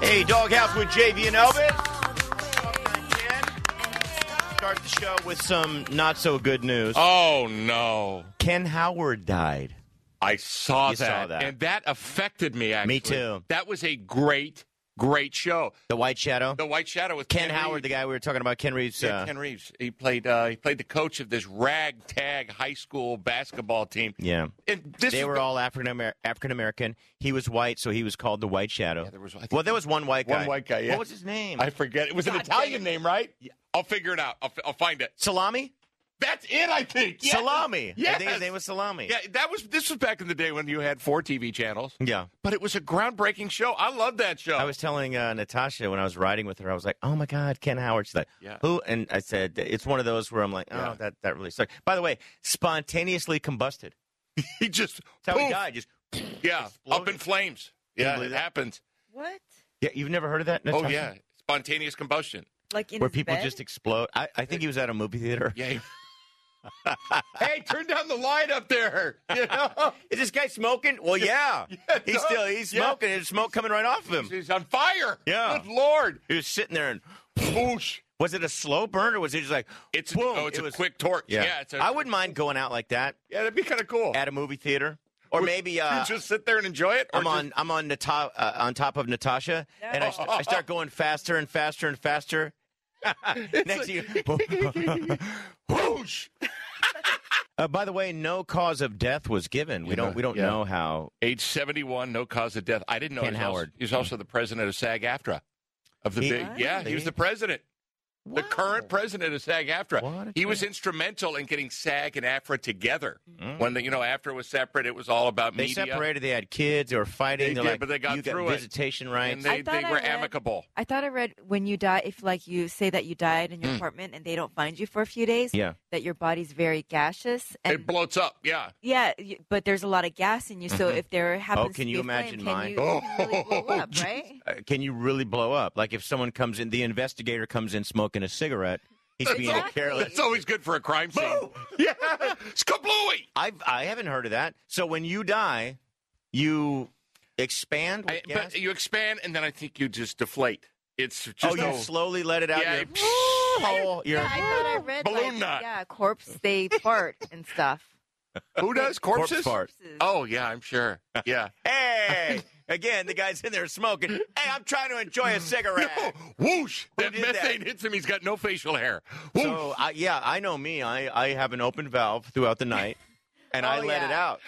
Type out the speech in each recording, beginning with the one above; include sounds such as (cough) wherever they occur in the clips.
Hey, Doghouse with JV and Elvis. Start the show with some not so good news. Oh no. Ken Howard died. I saw You that, saw that. and that affected me. Actually, too. That was a great, great show. The White Shadow. The White Shadow with Ken Ken Howard, the Reeves. guy we were talking about, Ken Reeves. Yeah, uh, Ken Reeves. He played. Uh, he played the coach of this ragtag high school basketball team. yeah. And this They is were the- all African Amer- African American. He was white, so he was called the White Shadow. there was- I think- well, there was one white guy. One white guy, yeah. What was his name? (laughs) I forget. It was an God Italian dang name, right? I'll figure it out. I'll, fi- I'll find it. Salami. That's it. I think. Yes. Salami. I Yes. think his name was Salami. Yeah, that was. This was back in the day when you had four TV channels. Yeah. But it was a groundbreaking show. I love that show. I was telling uh, Natasha when I was riding with her, I was like, "Oh my God, Ken Howard." She's like, Yeah. (laughs) "Who?" And I said, "It's one of those where I'm like, oh, Yeah. that that really sucked." By the way, spontaneously combusted. he just That's how he poof. died. Just Yeah, up in Exploded. flames. Yeah, believe it that? happens. What? yeah, you've never heard of that? Oh Natasha? yeah, spontaneous combustion. Like in where his people bed? just explode. I, I think he was at a movie theater. Yeah. (laughs) hey, turn down the light up there. You (laughs) know, Is this guy smoking? Well, yeah, (laughs) he's no. still he's Yeah. smoking. There's smoke coming right off of him. he's on fire. Yeah. Good lord. He was sitting there, and Boosh. was it a slow burn or was it just like It's boom? a, oh, it's It a was- quick torch. Yeah, it's a, I wouldn't mind going out like that yeah, that'd be kind of cool. at a movie theater, or Would- maybe uh, you just sit there and enjoy it. Or I'm just- on I'm on Nata- uh, on top of Natasha, and I, st- I start going faster and faster and (laughs) faster. Next to (laughs) you. Whoosh. uh, by the way, no cause of death was given. We don't we don't Yeah. know how Age seventy-one, no cause of death. I didn't know. Ken he was also- Howard. He's also the president of SAG-AFTRA. Of the He- big, yeah, he was the president. the current president of What a SAG-AFTRA. He was instrumental in getting SAG and AFTRA together. When the, you know AFTRA was separate, it was all about They media. separated. They had kids. They were fighting. They They're did, like, but they got you through got it. visitation and rights. they, I thought they I were read- amicable. I thought I read when you die, if like you say that you died in your apartment and they don't find you for a few days, Hmm. Yeah. that your body's very gaseous It and bloats up. Yeah. yeah, y- but there's a lot of gas in you. So if there Mm-hmm. Oh, happens, can to you be a flame, imagine can mine? you- can you really (laughs) blow Oh, up, right? Uh, can you really blow up? Like if someone comes in, the investigator comes in smoking a cigarette. He's being Exactly. careless. That's always good for a crime scene. (laughs) yeah. Skablooey. I've I haven't heard of that. So when you die, you expand. With I- gas? But you expand, and then I think you just deflate. It's just oh, you a- slowly let it out. Yeah, your (laughs) you- (laughs) hole, your Yeah, I thought I read Balloon like, knot. yeah, corpse they fart and (laughs) stuff. who does corpse corpses? (laughs) fart. Oh yeah, (laughs) I'm sure. Yeah. Hey, again, the guy's in there smoking. Hey, I'm trying to (laughs) enjoy a cigarette. Whoosh! That did that? methane hits him. He's got no facial hair. Whoosh. So I, yeah, I know me. I, I have an open valve throughout the night, and I (laughs) Oh, let yeah. it (gasps) out.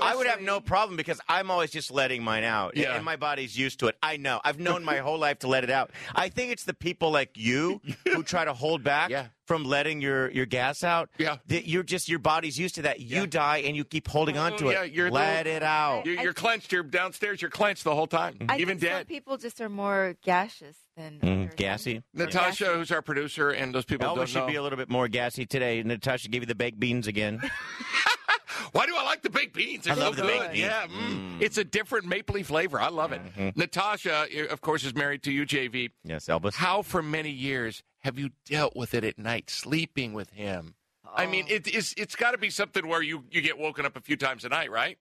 I would have no problem because I'm always just letting mine out, Yeah. and my body's used to it. I know. I've known my whole life to let it out. I think it's the people like you (laughs) who try to hold back Yeah. from letting your, your gas out. Yeah. That you're just your body's used to that. You Yeah. Mm-hmm. die and you keep holding on to it. yeah, you're let the- it out. You're, I- you're clenched. You're downstairs. You're clenched the whole time, I even think some dead. people just are more gaseous than Mm, others. gassy. Natasha, who's our producer, and those people Elvis don't should know. be a little bit more gassy today. Natasha gave you the baked beans (laughs) again. Why do I like the baked beans? They're I love so the good. baked beans. Mm-hmm. Yeah, mm. it's a different mapley flavor. I love it. Natasha, i- of course, is married to you, JV. yes, Elvis. How for many years have you dealt with it at night, sleeping with him? I Um. oh. mean, it, it's it's got to be something where you you get woken up a few times a night, right?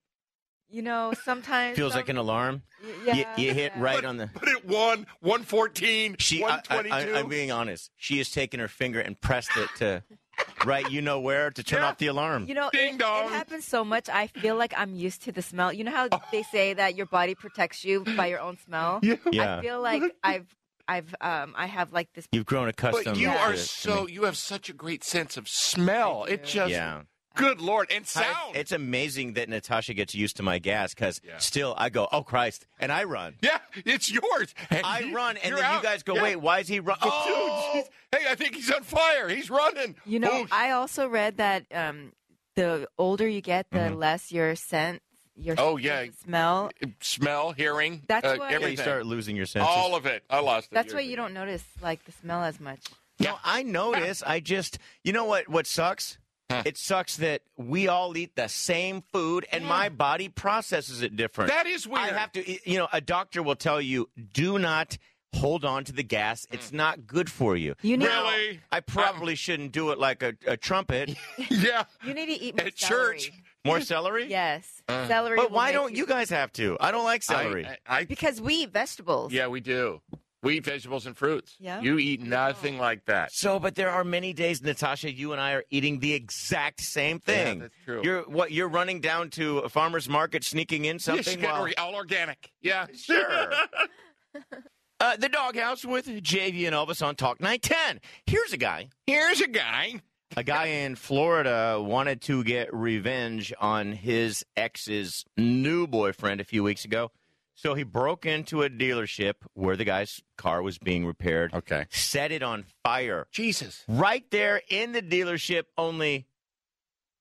You know, sometimes Feels like an some- alarm. y- You, yeah, you (laughs) hit yeah. right on the. But at one, one fourteen, She, one I, twenty I, am two. being honest. She has taken her finger and pressed it (laughs) to, right, you know where, to turn Yeah. off the alarm. You know, Ding it, dong. Oh. it happens so much. I feel like I'm used to the smell. You know how they say that your body protects you by your own smell. yeah, I feel (laughs) like I've, I've, um, I have like this. you've grown accustomed. But you to- are to so me. you have such a great sense of smell. It just Yeah. good lord and I- sound. It's amazing that Natasha gets used to my gas because Yeah. still I go, oh Christ, and I (laughs) run. yeah, it's yours. And (laughs) I you- run, and you're then you out. guys go, Yeah. wait, why is (laughs) he running? Oh, jeez. hey, I think he's on fire. He's running. You know, Oh, I also read that um, the older you get, the less your scent, your Mm-hmm. Oh, yeah. sense of smell. smell, hearing, That's uh, why- Yeah, Yeah, you everything. Oh, start losing your senses. All of it. I lost it. That's years why you ago. don't notice like the smell as much. No, I notice. I just, you know what? What sucks? It sucks that we all eat the same food, and my body processes it different. That is weird. I have to, you know, a doctor will tell you, do not hold on to the gas. It's not good for you. You need, Mm. Really? (laughs) I probably shouldn't do it like a, a trumpet. yeah. you need to eat more At church. celery. More celery? Yes, Uh, celery. But will why make don't you guys have to? I don't like (laughs) celery. I, I, I- Because we eat vegetables. yeah, we do. We eat vegetables and fruits. Yeah. You eat nothing like that. so, but there are many days, Natasha, you and I are eating the exact same thing. Yeah, that's true. You're what? You're running down to a farmer's market, sneaking (laughs) in Yes, something. get while- or- all organic. Yeah, (laughs) (laughs) Sure. uh, the doghouse with JV and Elvis on Talk 910. Here's a guy. Here's a guy. A guy in Florida wanted to get revenge on his ex's new boyfriend a few weeks ago. So he broke into a dealership where the guy's car was being repaired, Okay. set it on fire (laughs) Jesus. right there in the dealership, only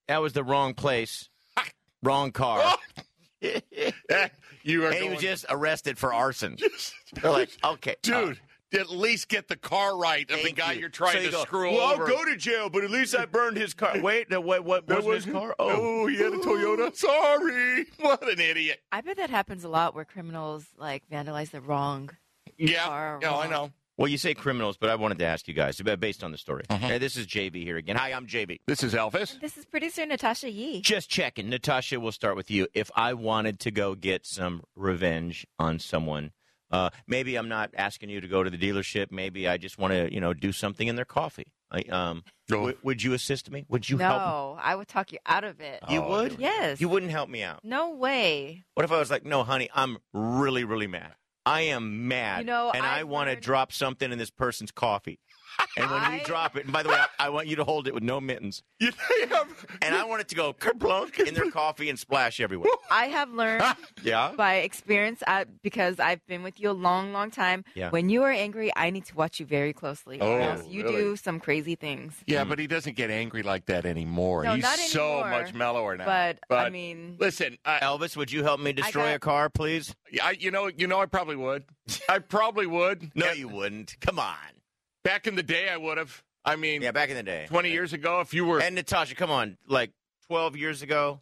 that was the wrong place, wrong car. you are (laughs) and he going, was just arrested for arson. (laughs) They're like, okay. uh, dude. at least get the car right of the Thank guy you. you. are trying So you to go, screw well, over. I'll go to jail, but at least I burned his (laughs) car. Wait, no, what, what That wasn't his car? wasn't- Oh. he had a Toyota. Sorry. What an idiot. I bet that happens a lot where criminals like vandalize the wrong. Yeah. Car No, I wrong. know. (laughs) Well, you say criminals, but I wanted to ask you guys uh, based on the story. Mm-hmm. Hey, this is JB here again. Hi, I'm JB. This is Elvis. This is producer Natasha Yee. Just checking. Natasha, we'll start with you. If I wanted to go get some revenge on someone, uh, maybe I'm not asking you to go to the dealership. Maybe I just want to, you know, do something in their coffee. I, um, No. w- would you assist me? Would you help? me? no, I would talk you out of it. You Oh, would? (laughs) yes. You wouldn't help me out. No way. What if I was like, no, honey, I'm really, really mad. I am mad. You know, and I I've want to learned- drop something in this person's coffee. And (laughs) when you I- drop it, and by the way, I, I want you to hold it with no mittens. You have, And I want it to go (laughs) kerplunk in their coffee and splash everywhere. I have learned (laughs) Yeah? by experience I, because I've been with you a long, long time. Yeah. When you are angry, I need to watch you very closely. or Oh, else you really? do some crazy things. yeah, Hmm. but he doesn't get angry like that anymore. No, He's not so anymore. much mellower now. But, (laughs) I mean, listen, I, Elvis, would you help me destroy got- a car, please? I, you know, you know, I (laughs) probably would. I probably would. No, And you wouldn't. Come on. Back in the day, I would have. I mean, Yeah, back in the day. 20 years ago, if you were. And Natasha, come on. Like 12 years ago,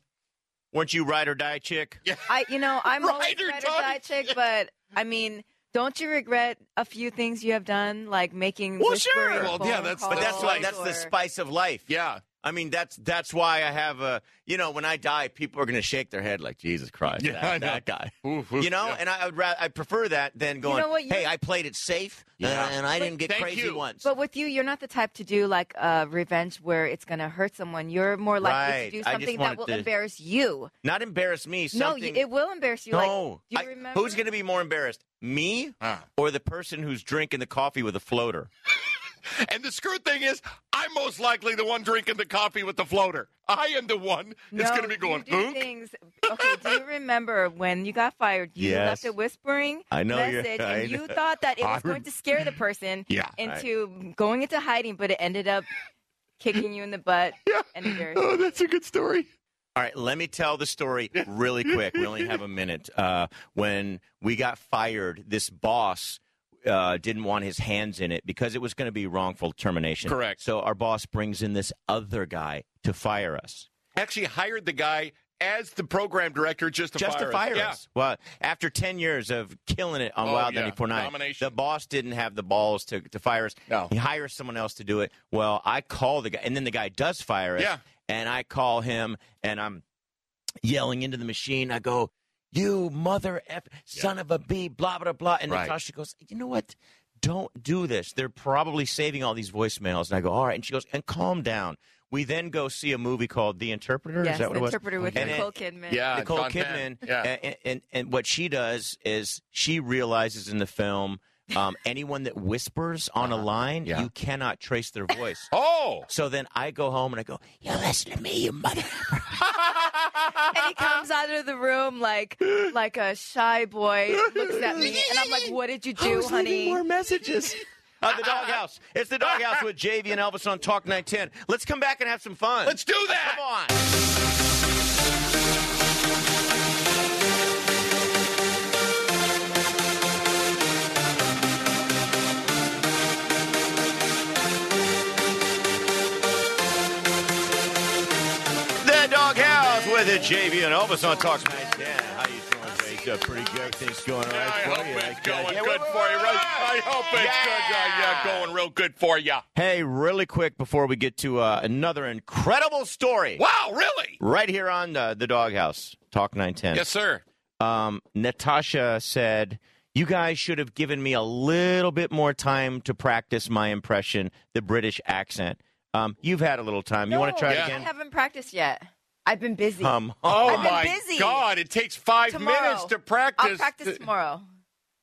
weren't you ride or die chick? I, you know, I'm always Ride or ride or die. die chick, but I mean, don't you regret a few things you have done, like making Well, whispering sure. Well, phone yeah, that's- But that's calls why that's the or- spice of life. yeah. I mean, that's that's why I have a. You know, when I die, people are going to shake their head like Jesus Christ, Yeah, that, I know. that guy. Oof, oof, You know, yeah. and I would rather I prefer that than going. know what, you- hey, I played it safe, uh, Yeah. and I But- didn't get Thank crazy you. once. But with you, you're not the type to do like uh, revenge where it's going to hurt someone. You're more likely Right. to do I just something wanted that will to- embarrass you. Not embarrass me. Something. No, you, it will embarrass you. no. Like, I- do you remember? who's going to be more embarrassed, me Ah. or the person who's drinking the coffee with a floater? And the screwed thing is, I'm most likely the one drinking the coffee with the floater. I am the one that's No, going to be going, you do "Oonk." things. Okay, do you remember when you got fired? You Yes. left a whispering I know you- message, I and you know. thought that it I was going rem- to scare (laughs) the person Yeah. into going into hiding, but it ended up kicking you in the (laughs) butt and embarrassing. Oh, that's a good story. All right, let me tell the story really quick. We only have a minute. Uh, when we got fired, this boss uh, didn't want his hands in it because it was going to be wrongful termination. Correct. So our boss brings in this other guy to fire us, Actually, hired the guy as the program director just to just fire to fire us. Yeah. Well, after ten years of killing it on Oh, Wild yeah. 94.9, Domination. the boss didn't have the balls to, to fire us. No. He hires someone else to do it. Well, I call the guy, and then the guy does fire us. Yeah. And I call him, and I'm yelling into the machine. I go, "You mother f, son of a b, blah blah blah." And Right. Natasha goes, "You know what? Don't do this. They're probably saving all these voicemails." And I go, "All right." And she goes, "And calm down." We then go see a movie called The Interpreter. yes, Is that what the it was? interpreter with And it- Nicole Kidman. Yeah. Nicole Uh, John Kidman. Penn. Yeah. And, and, and what she does is she realizes in the film um, anyone that whispers on a line, Uh-huh. Yeah. you cannot trace their voice. Oh. so then I go home and I go, you listen to me, you mother. And he comes out of the room (gasps) like like a shy boy, looks at me, and I'm like, "What did you (laughs) do, Who's leaving honey?" more (laughs) messages? Uh, the doghouse. It's the doghouse with JV and Elvis on Talk 910. Let's come back and have some fun. Let's do that. Come on. The doghouse with it, JV and Elvis on Talk 910. How you doing, JV? There's a pretty good things going right I for hope you. it's Like, going uh, yeah, good wait, for you. wait, Right? wait. I hope it's good. Yeah, yeah, going real good for you. Hey, really quick before we get to uh, another incredible story. Wow, really? Right here on uh, the Doghouse, Talk 910. Yes, sir. um, Natasha said, You guys should have given me a little bit more time to practice my impression, the British accent. Um, you've had a little time. You want to try Yeah. it I again? haven't practiced yet. I've been busy. Um, Oh I've been my busy. God! It takes five Tomorrow. minutes to practice. Uh, I'll practice tomorrow,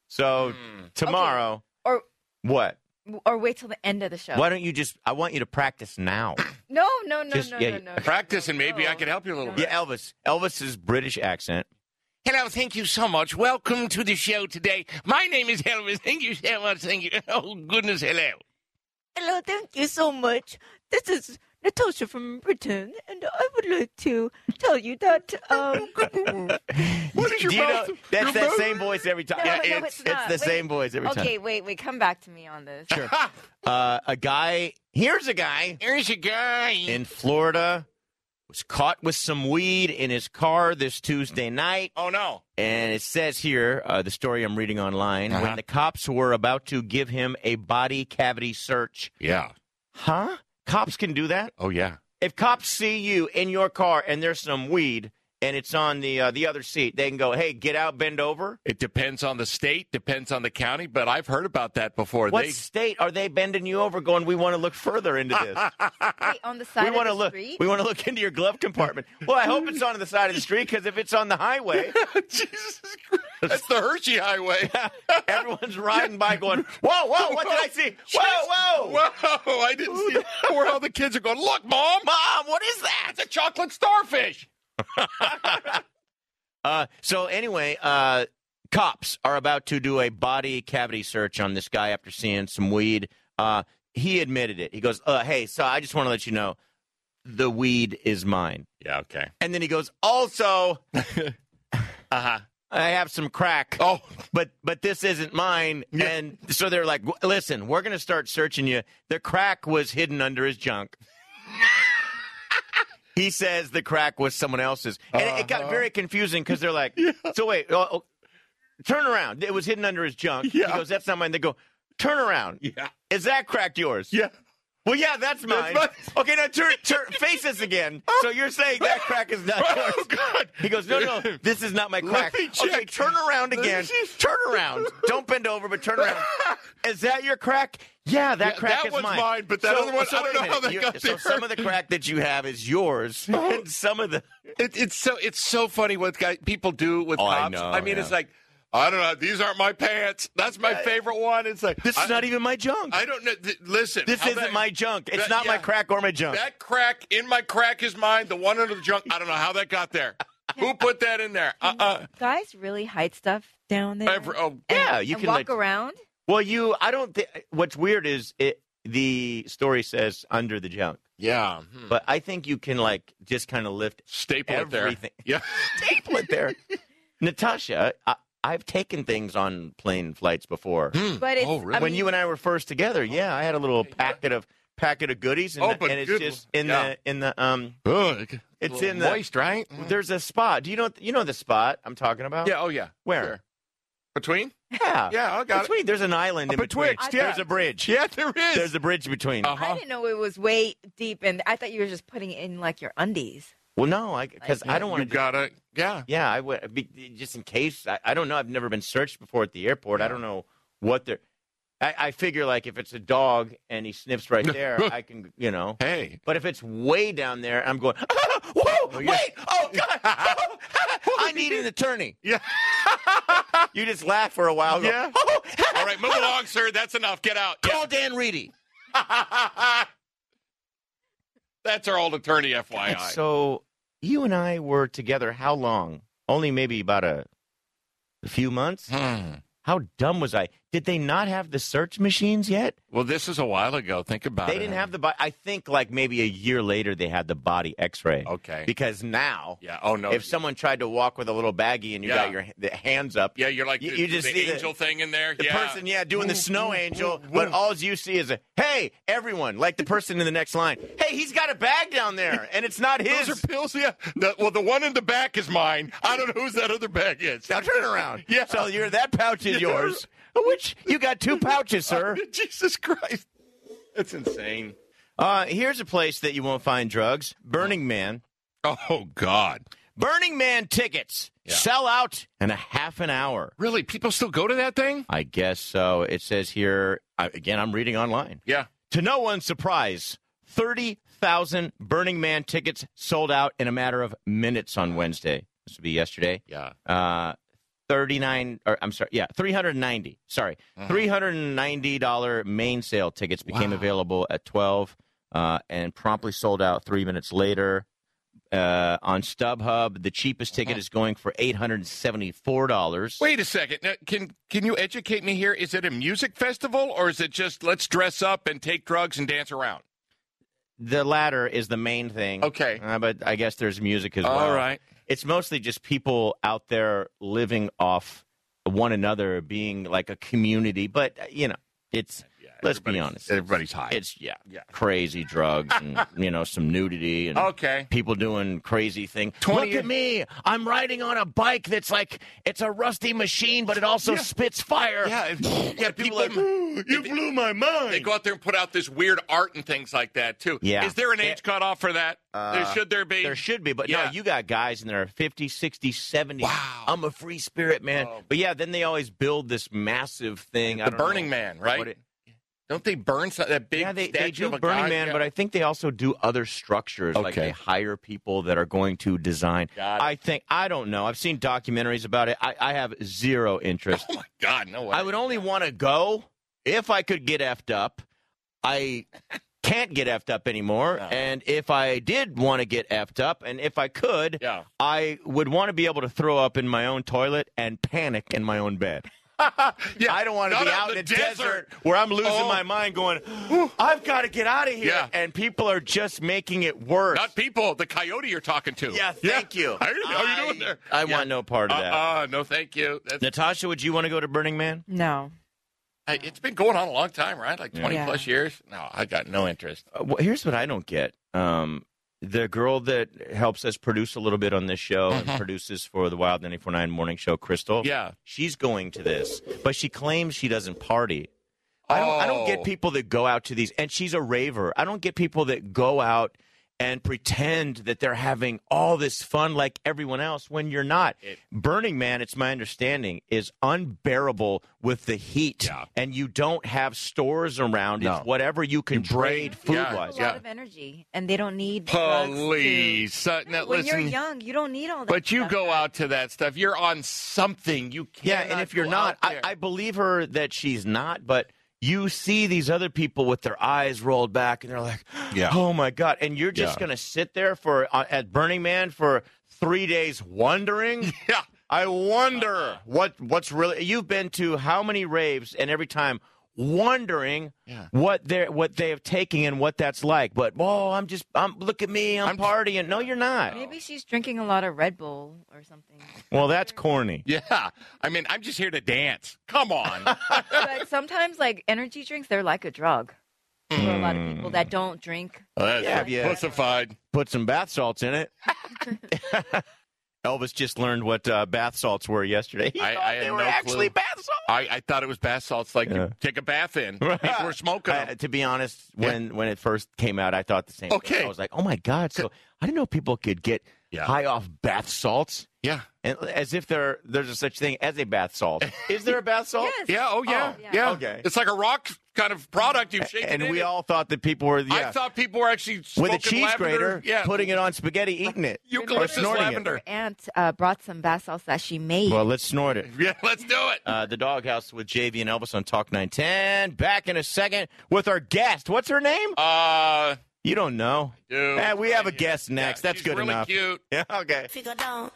so Hmm. tomorrow, or what? or wait till the end of the show. Why don't you just? I want you to practice (coughs) now. No, no, no, Just- no, yeah, no, no, no. Practice, no, and maybe no. I can help you a little bit. yeah, Elvis. Elvis's British accent. Hello, thank you so much. Welcome to the show today. My name is Elvis. Thank you so much. Thank you. (laughs) Oh goodness, hello. Hello, thank you so much. This is Natasha from Britain, and I would like to tell you that. (laughs) Um, (laughs) What is your Do you mouth? know- that's your that mouth- same voice every time. No, yeah, no, it's, it's not. the Wait. same voice every okay, wait, wait, come back to me on this. time. Sure. Uh, a guy. Here's a guy There's a guy. in Florida was caught with some weed in his car this Tuesday night. oh no! And it says here, uh, the story I'm reading online, Uh-huh. when the cops were about to give him a body cavity search. Yeah. Huh? Cops can do that? Oh yeah. If cops see you in your car and there's some weed and it's on the uh, the other seat, they can go, "Hey, get out, bend over." It depends on the state, depends on the county, but I've heard about that before. What (laughs) They- state are they bending you over? Going, we want to look further into this. Wait, on the side we of want to the look. street. We want to look into your glove compartment. Well, I hope it's on the side of the street because if it's on the highway, Jesus Christ. That's the (laughs) Hershey Highway. (laughs) everyone's riding by going, (laughs) "Whoa, whoa! What did I see? Whoa, whoa, Whoa, I didn't (laughs) see where all the kids are going, look, Mom, Mom, what is that?" it's a chocolate starfish. Uh, so anyway, uh, cops are about to do a body cavity search on this guy after seeing some weed. Uh, he admitted it. He goes, uh, "Hey, so I just want to let you know, the weed is mine." Yeah, okay. And then he goes, "Also, (laughs) Uh-huh. I have some crack, Oh, but but this isn't mine." And so they're like, "W- "Listen, we're gonna start searching you. The crack was hidden under his (laughs) junk." He says the crack was someone else's, and it, it got Uh-huh. very confusing because they're (laughs) like, "So wait, oh, oh, turn around. It was hidden under his junk. Yeah. He goes, that's not mine. They go, turn around. yeah. Is that cracked yours? (laughs) Yeah. Well, yeah, that's mine. mine. Okay, now turn, turn, face this (laughs) again. So you're saying that crack is not Oh, (laughs) yours? God. He goes, no, (laughs) no, this is not my Let crack. me Okay, check. turn around again. Turn around. Don't bend over, but turn (laughs) around. Is that your crack? Yeah, that Yeah, crack that is one's mine. mine, but that other one- I don't wait a know how minute. that You- got so there. Oh. some of the crack that you have is (laughs) yours, and some of the It, it's so it's so funny what guy, people do with Oh, I cops. know, mean, yeah. it's like, I don't know, these aren't my pants. That's my favorite one. It's like, this I, is not even my junk. I don't know. Th- listen. this how isn't about- my junk. It's that- not my yeah. crack or my junk. That crack in my crack is mine. The one under the junk. I don't know how that got there. Who put that in there? Uh uh Guys really hide stuff down there. Every- oh, Yeah, you and can walk like- around. Well, you, I don't think. What's weird is it. The story says under the junk, yeah. hmm. but I think you can like just kind of lift Staple everything. it (laughs) there. staple it there. (laughs) Natasha, I, I've taken things on plane flights before. Yeah. Hmm. But it's- oh, really? I when mean- you and I were first together, yeah, I had a little packet of packet of goodies, and, Oh, the- but and it's good just one. in Yeah. the in the um. Ugh. It's Little in the- moist, right? There's a spot. Do you know you know the spot I'm talking about? Mm. yeah. Oh, yeah. Where? Sure. Between? yeah, Yeah, I got it. between, There's an island in between. Betwixt, yeah. There's a bridge. Yeah, Uh, there is. Uh-huh. There's a bridge between. I didn't know it was way deep, and I thought you were just putting it in like your undies. Well, no, I because I don't want You to gotta. Yeah. Yeah, I would be, eh, just in case. I, I don't know. I've never been searched before at the airport. I don't know what they're. I, I figure like if it's a dog and he sniffs right there, (laughs) I can you know. Hey. But if it's way down there, I'm going. (laughs) Whoa! yeah. Wait! Oh (laughs) God! I need an attorney. Yeah. (laughs) You just laugh for a while. go, "Oh, Yeah. (laughs) (laughs) All right, move along, sir. That's enough. Get out. Call Dan Reedy. (laughs) That's our old attorney, FYI. So you and I were together how long? Only maybe about a, a few months. Hmm. How dumb was I? Did they not have the search machines yet? Well, this is a while ago. Think about it. They didn't have the body. I think like maybe a year later they had the body X-ray. Okay. Because now, Yeah. Oh no. if someone tried to walk with a little baggie and you Yeah. got your h- the hands up, yeah, you're like You- the, you just the see the- angel thing in there. the yeah. person, yeah, doing the snow angel, but all you see is a hey, everyone, like the person in the next line. Hey, he's got a bag down there, (laughs) and it's not his. Those are pills. Yeah. The- well, the one in the back is mine. I don't know whose that other bag is. now turn around. Yeah. So you're that pouch is (laughs) Yeah. yours. Which you got two pouches, (laughs) sir. Jesus Christ. That's insane. Uh, here's a place that you won't find drugs. Burning Man. Oh God. Burning Man tickets Yeah. sell out in a half an hour. Really? People still go to that thing? I guess so. It says here, I, again, I'm reading online. Yeah. To no one's surprise, 30,000 Burning Man tickets sold out in a matter of minutes on Wednesday. This would be yesterday. Yeah. Uh, 39 or I'm sorry, yeah, 390. Sorry. $390 main sale tickets became Uh-huh. Wow. available at 12 uh, and promptly sold out 3 minutes later. Uh, on StubHub, the cheapest ticket is going for $874. Wait a second. Now, can can you educate me here? Is it a music festival or is it just let's dress up and take drugs and dance around? The latter is the main thing. Okay. Uh, but I guess there's music as well. All right. It's mostly just people out there living off one another, being like a community. But, uh, you know, it's, let's be everybody's- honest. Everybody's high. It's, yeah, Yeah. crazy drugs (laughs) and, you know, some nudity and okay. people doing crazy things. 20 Look at me. I'm riding on a bike that's like, it's a rusty machine, but it also spits fire. Yeah. (laughs) it- yeah. People like, "Ooh, you blew my mind. They go out there and put out this weird art and things like that too. Yeah. Eh, Is there an age cutoff for that? there Uh, should there be. There should be, but no, Yeah. you got guys in there 50, 60, 70. Wow. I'm a free spirit, man. Oh. But yeah, then they always build this massive thing. the Burning Man, right? Don't they burn some, that big yeah, they, statue they do of a Burning guy? Man, Yeah. but I think they also do other structures. Like Okay. they hire people that are going to design. Got it. I think, I don't know. I've seen documentaries about it. I, I have zero interest. Oh my God, no way. I would only want to go if I could get effed up. (laughs) I can't get effed up anymore. No. And if I did want to get effed up, and if I could, Yeah. I would want to be able to throw up in my own toilet and panic in my own bed. yeah. I don't want to Not be on out the in the desert, where I'm losing Oh. my mind (gasps) going, I've got to get out of here. Yeah. And people are just making it worse. Not people. The coyote you're talking to. yeah, thank you. How you- how you doing I- there? I Yeah. want no part of that. Uh, uh, no, thank you. That's, Natasha, would you want to go to Burning Man? No. I- it's been going on a long time, right? Like 20 Yeah. plus years. No, I got no interest. Uh, well, here's what I don't get. Um, the girl that helps us produce a little bit on this show and produces for the Wild 949 morning show, Crystal. Yeah. She's going to this, but she claims she doesn't party. I don't, I don't Oh. get people that go out to these, and she's a raver. I don't get people that go out and pretend that they're having all this fun like everyone else when you're not. It- Burning Man, it's my understanding, is unbearable with the heat, Yeah. and you don't have stores around. No. It's whatever you can bring- trade food wise. A lot Yeah. of energy, and they don't need drugs to- Police. Uh, now, No, when listen, you're young, you don't need all that. but you stuff. go out to that stuff. You're on something. You can't. Yeah, and if you're not, I, I believe her that she's not, but you see these other people with their eyes rolled back and they're like, (gasps) Yeah. oh my God. And you're just Yeah. going to sit there for uh, at Burning Man for three days wondering? (laughs) Yeah. I wonder what what's really you've been to how many raves and every time wondering Yeah. what they are what they have taken and what that's like. But whoa, I'm just I'm look at me, I'm, I'm just- partying. No, you're not. Maybe she's drinking a lot of Red Bull or something. Well, that's corny. Yeah. I mean, I'm just here to dance. Come (laughs) on. Uh, (laughs) but sometimes, like energy drinks, they're like a drug for a lot of people Hmm. that don't drink. That's Yeah, yeah. pussified. put some bath salts in (laughs) it. Elvis just learned what uh, bath salts were yesterday. He I- thought I had they were no actually clue. bath salts. I, I thought it was bath salts like Yeah. you take a (laughs) bath in. People were smoking Uh, them. to be honest, when when it first came out, I thought the same. Okay. thing. I was like, oh my god! So I didn't know people could get Yeah. high off bath salts, Yeah. and as if there there's a such thing as a bath salt. Is there a bath salt? (laughs) Yes. Yeah. Oh, yeah. Oh, yeah. yeah. Okay. It's like a rock kind of product. You shake it And in we it. all thought that people were I yeah thought people were actually with a smoking cheese lavender. grater, Yeah. putting it on spaghetti, eating it, Eucalyptus or snorting lavender. (laughs) Her aunt uh, brought some bath salts that she made. it. Well, let's snort it. Yeah. Let's do it. uh, the doghouse with JV and Elvis on Talk 910. Back in a second with our guest. What's her name? Uh, You don't know. dude. Eh, we have a Yeah. guest next. Yeah, That's she's good really enough. Cute. Yeah, (laughs) okay. if you go down.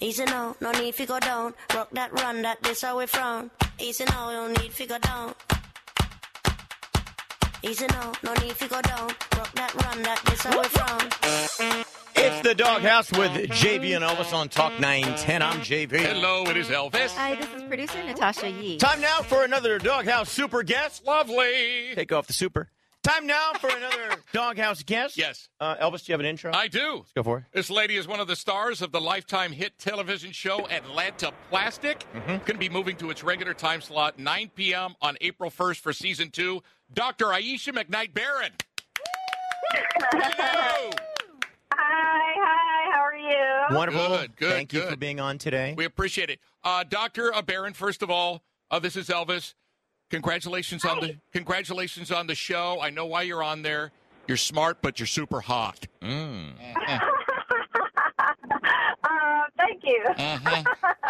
Easy no, no need if you go down. Rock that run that this away from. Easy now, no need to go down. Easy now, no need to go down. Rock that, run that, this how we from. It's the Doghouse with JB and Elvis on Talk 910. I'm JB. Hello, it is Mm-hmm. Elvis. Hi, this is producer Natasha Yee. Time now for another Doghouse super guest. Lovely. Take off the super. Time now for another (laughs) Doghouse guest. Yes, Uh, Elvis, do you have an intro? I do. Go for it. This lady is one of the stars of the lifetime hit television show Atlanta Plastic. Going to be moving to its regular time slot, 9 p.m. on April 1st for season two. Dr. Aisha McKnight Barron. Hello. Hi, hi, how are you? (laughs) Wonderful. Good, good, Thank you good. for being on today. We appreciate it. Uh, Dr. uh, Barron, first of all, uh, this is Elvis. Congratulations on the congratulations on the show. I know why you're on there. You're smart, but you're super hot. uh, thank you. Mm-hmm.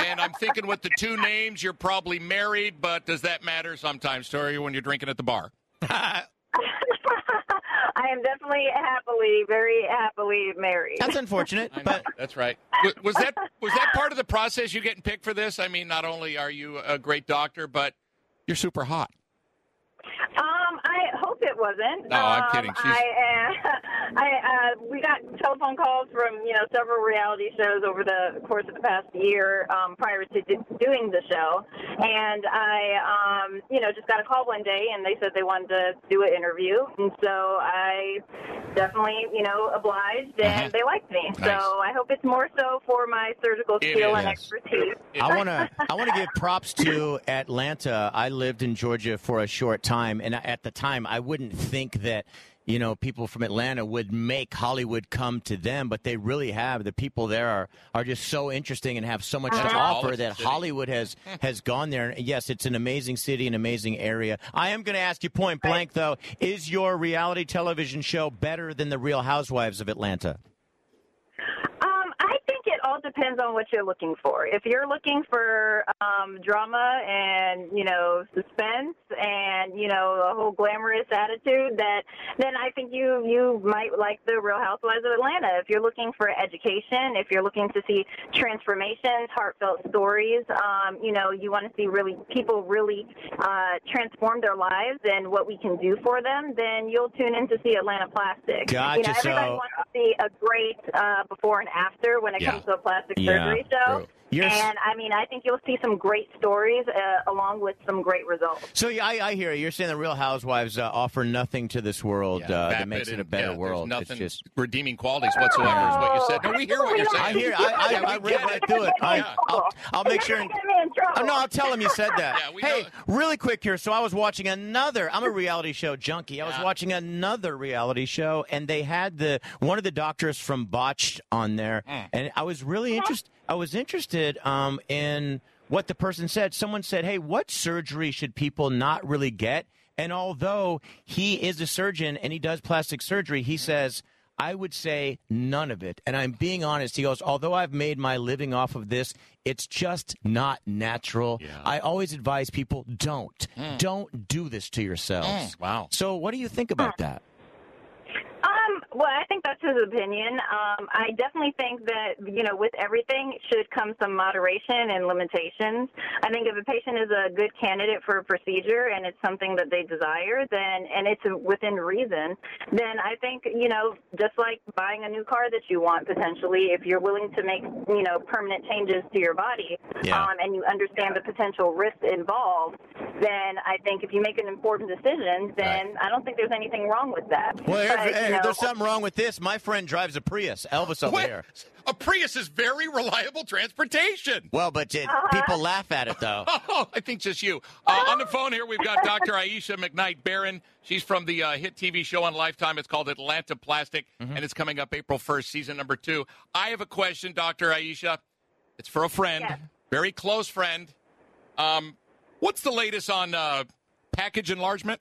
and I'm thinking with the two names, you're probably married, but does that matter sometimes, Tori, when you're drinking at the bar? (laughs) I am definitely happily, very happily married. That's (laughs) unfortunate, but That's right. W- Was that was that part of the process you getting picked for this? I mean, not only are you a great doctor, but you're super hot. Um, I hope it wasn't. No, I'm Um, kidding. She's- I, uh, (laughs) I, uh, we got telephone calls from you know several reality shows over the course of the past year um, prior to d- doing the show, and I, um, you know, just got a call one day and they said they wanted to do an interview, and so I definitely, you know, obliged, and Uh-huh. they liked me. So Nice. I hope it's more so for my surgical It skill and is. expertise. I want to I want to give props to Atlanta. I lived in Georgia for a short time and at the time I wouldn't think that you know people from Atlanta would make Hollywood come to them, but they really have. The people there are are just so interesting and have so much to offer Hollywood that City. Hollywood has has gone there. And yes, it's an amazing city, an amazing area. I am going to ask you point blank though, is your reality television show better than the Real Housewives of Atlanta? Um, I think it all depends on what you're looking for. If you're looking for um, drama and you know suspense and you know a whole glamorous attitude, that then I think you you might like the Real Housewives of Atlanta. If you're looking for education, if you're looking to see transformations, heartfelt stories, um, you know you want to see really people really uh, transform their lives and what we can do for them, then you'll tune in to see Atlanta Plastic. You Gotcha, know, everybody so- wants to see a great uh, before and after when it Yeah. comes to a plastic Yeah, surgery show. true. You're s- and I mean, I think you'll see some great stories uh, along with some great results. So yeah, I, I hear you. You're saying the Real Housewives uh, offer nothing to this world uh, that Vapid makes it a and- better yeah, there's world. Nothing It's just redeeming qualities whatsoever is what you said. No, we hear what you're saying. I hear. I, (laughs) I, I we read get right it. through it. I, Yeah. I'll, I'll make sure. You're And, gonna get me in trouble. Oh, no, I'll tell him you said that. (laughs) Yeah, we hey, know- really quick here. So I was watching another. I'm a reality show junkie. I was Yeah. watching another reality show, and they had the one of the doctors from Botched on there, and I was really interested. I was interested um, in what the person said. Someone said, "Hey, what surgery should people not really get?" And although he is a surgeon and he does plastic surgery, he says. I would say none of it. And I'm being honest. He goes, although I've made my living off of this, it's just not natural. I always advise people don't. Don't do this to yourselves. Mm, wow. So, what do you think about that? Um, well, I think that's his opinion. Um, I definitely think that you know, with everything, should come some moderation and limitations. I think if a patient is a good candidate for a procedure and it's something that they desire, then and it's within reason, then I think you know, just like buying a new car that you want potentially, if you're willing to make you know permanent changes to your body, Yeah. um, and you understand the potential risks involved, then I think if you make an important decision, then I don't think there's anything wrong with that. (laughs) Well, But, hey, you know, there's something wrong with this. My friend drives a Prius, Elvis over What? here. A Prius is very reliable transportation. Well, but it, people laugh at it, though. (laughs) Oh, I think just you. Uh, on the phone here, we've got Dr. Aisha McKnight Barron. She's from the uh, hit TV show on Lifetime. It's called Atlanta Plastic, Mm-hmm. and it's coming up April 1st, season number two. I have a question, Dr. Aisha. It's for a friend, Yes. very close friend. Um, what's the latest on uh, package enlargement?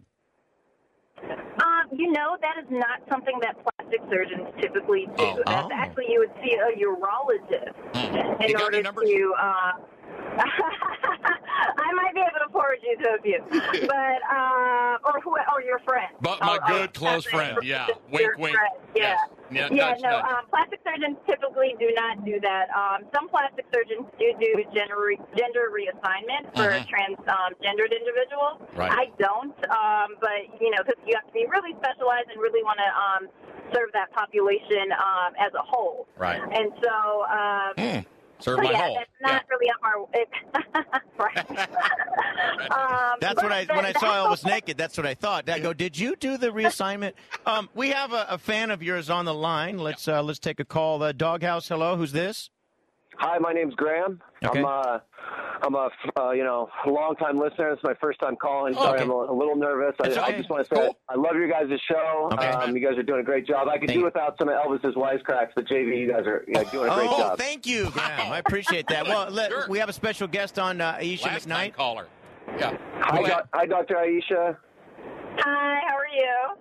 Um, you know, that is not something that plastic surgeons typically Oh. do. Mm. That's Oh. actually you would see a urologist in You got order any numbers? to. Uh, (laughs) I might be able to forward you to a few, but uh, or who or your friend. Oh, But my Or- good or- close friend, yeah. Your Wink, wink. friend, Yeah. Yes. Yeah, Yeah, nudge, no, nudge. um, plastic surgeons surgeons typically do not do that. Um, some plastic surgeons do do gender re- gender reassignment for Mhm. trans um, gendered individuals. Right. I don't, um, but you know, because you have to be really specialized and really want to um, serve that population um, as a whole. Right. And so. Um, Mm. Serve so my yeah, whole. that's not really up our. (laughs) It, right. um, That's what but I that- when I that's saw Elvis naked. That's what I thought. I go, did you do the reassignment? Um, we have a, a fan of yours on the line. Let's uh, let's take a call. Uh, Doghouse, hello. Who's this? Hi, my name's Graham. Okay. I'm a, I'm a uh, you know longtime listener. It's my first time calling. Sorry, Okay. I'm a, a little nervous. I, It's I okay. just want to say Cool. I love your guys' show. Okay. Um, you guys are doing a great job. I could Thank do you. without some of Elvis's wisecracks, but JV, you guys are yeah, doing a great oh, job. thank you, Graham. I appreciate that. Well, let, Sure. we have a special guest on uh, Aisha Last time McKnight. caller. Yeah. hi, Go ahead. doc- hi, Dr. Aisha. Hi, how are you?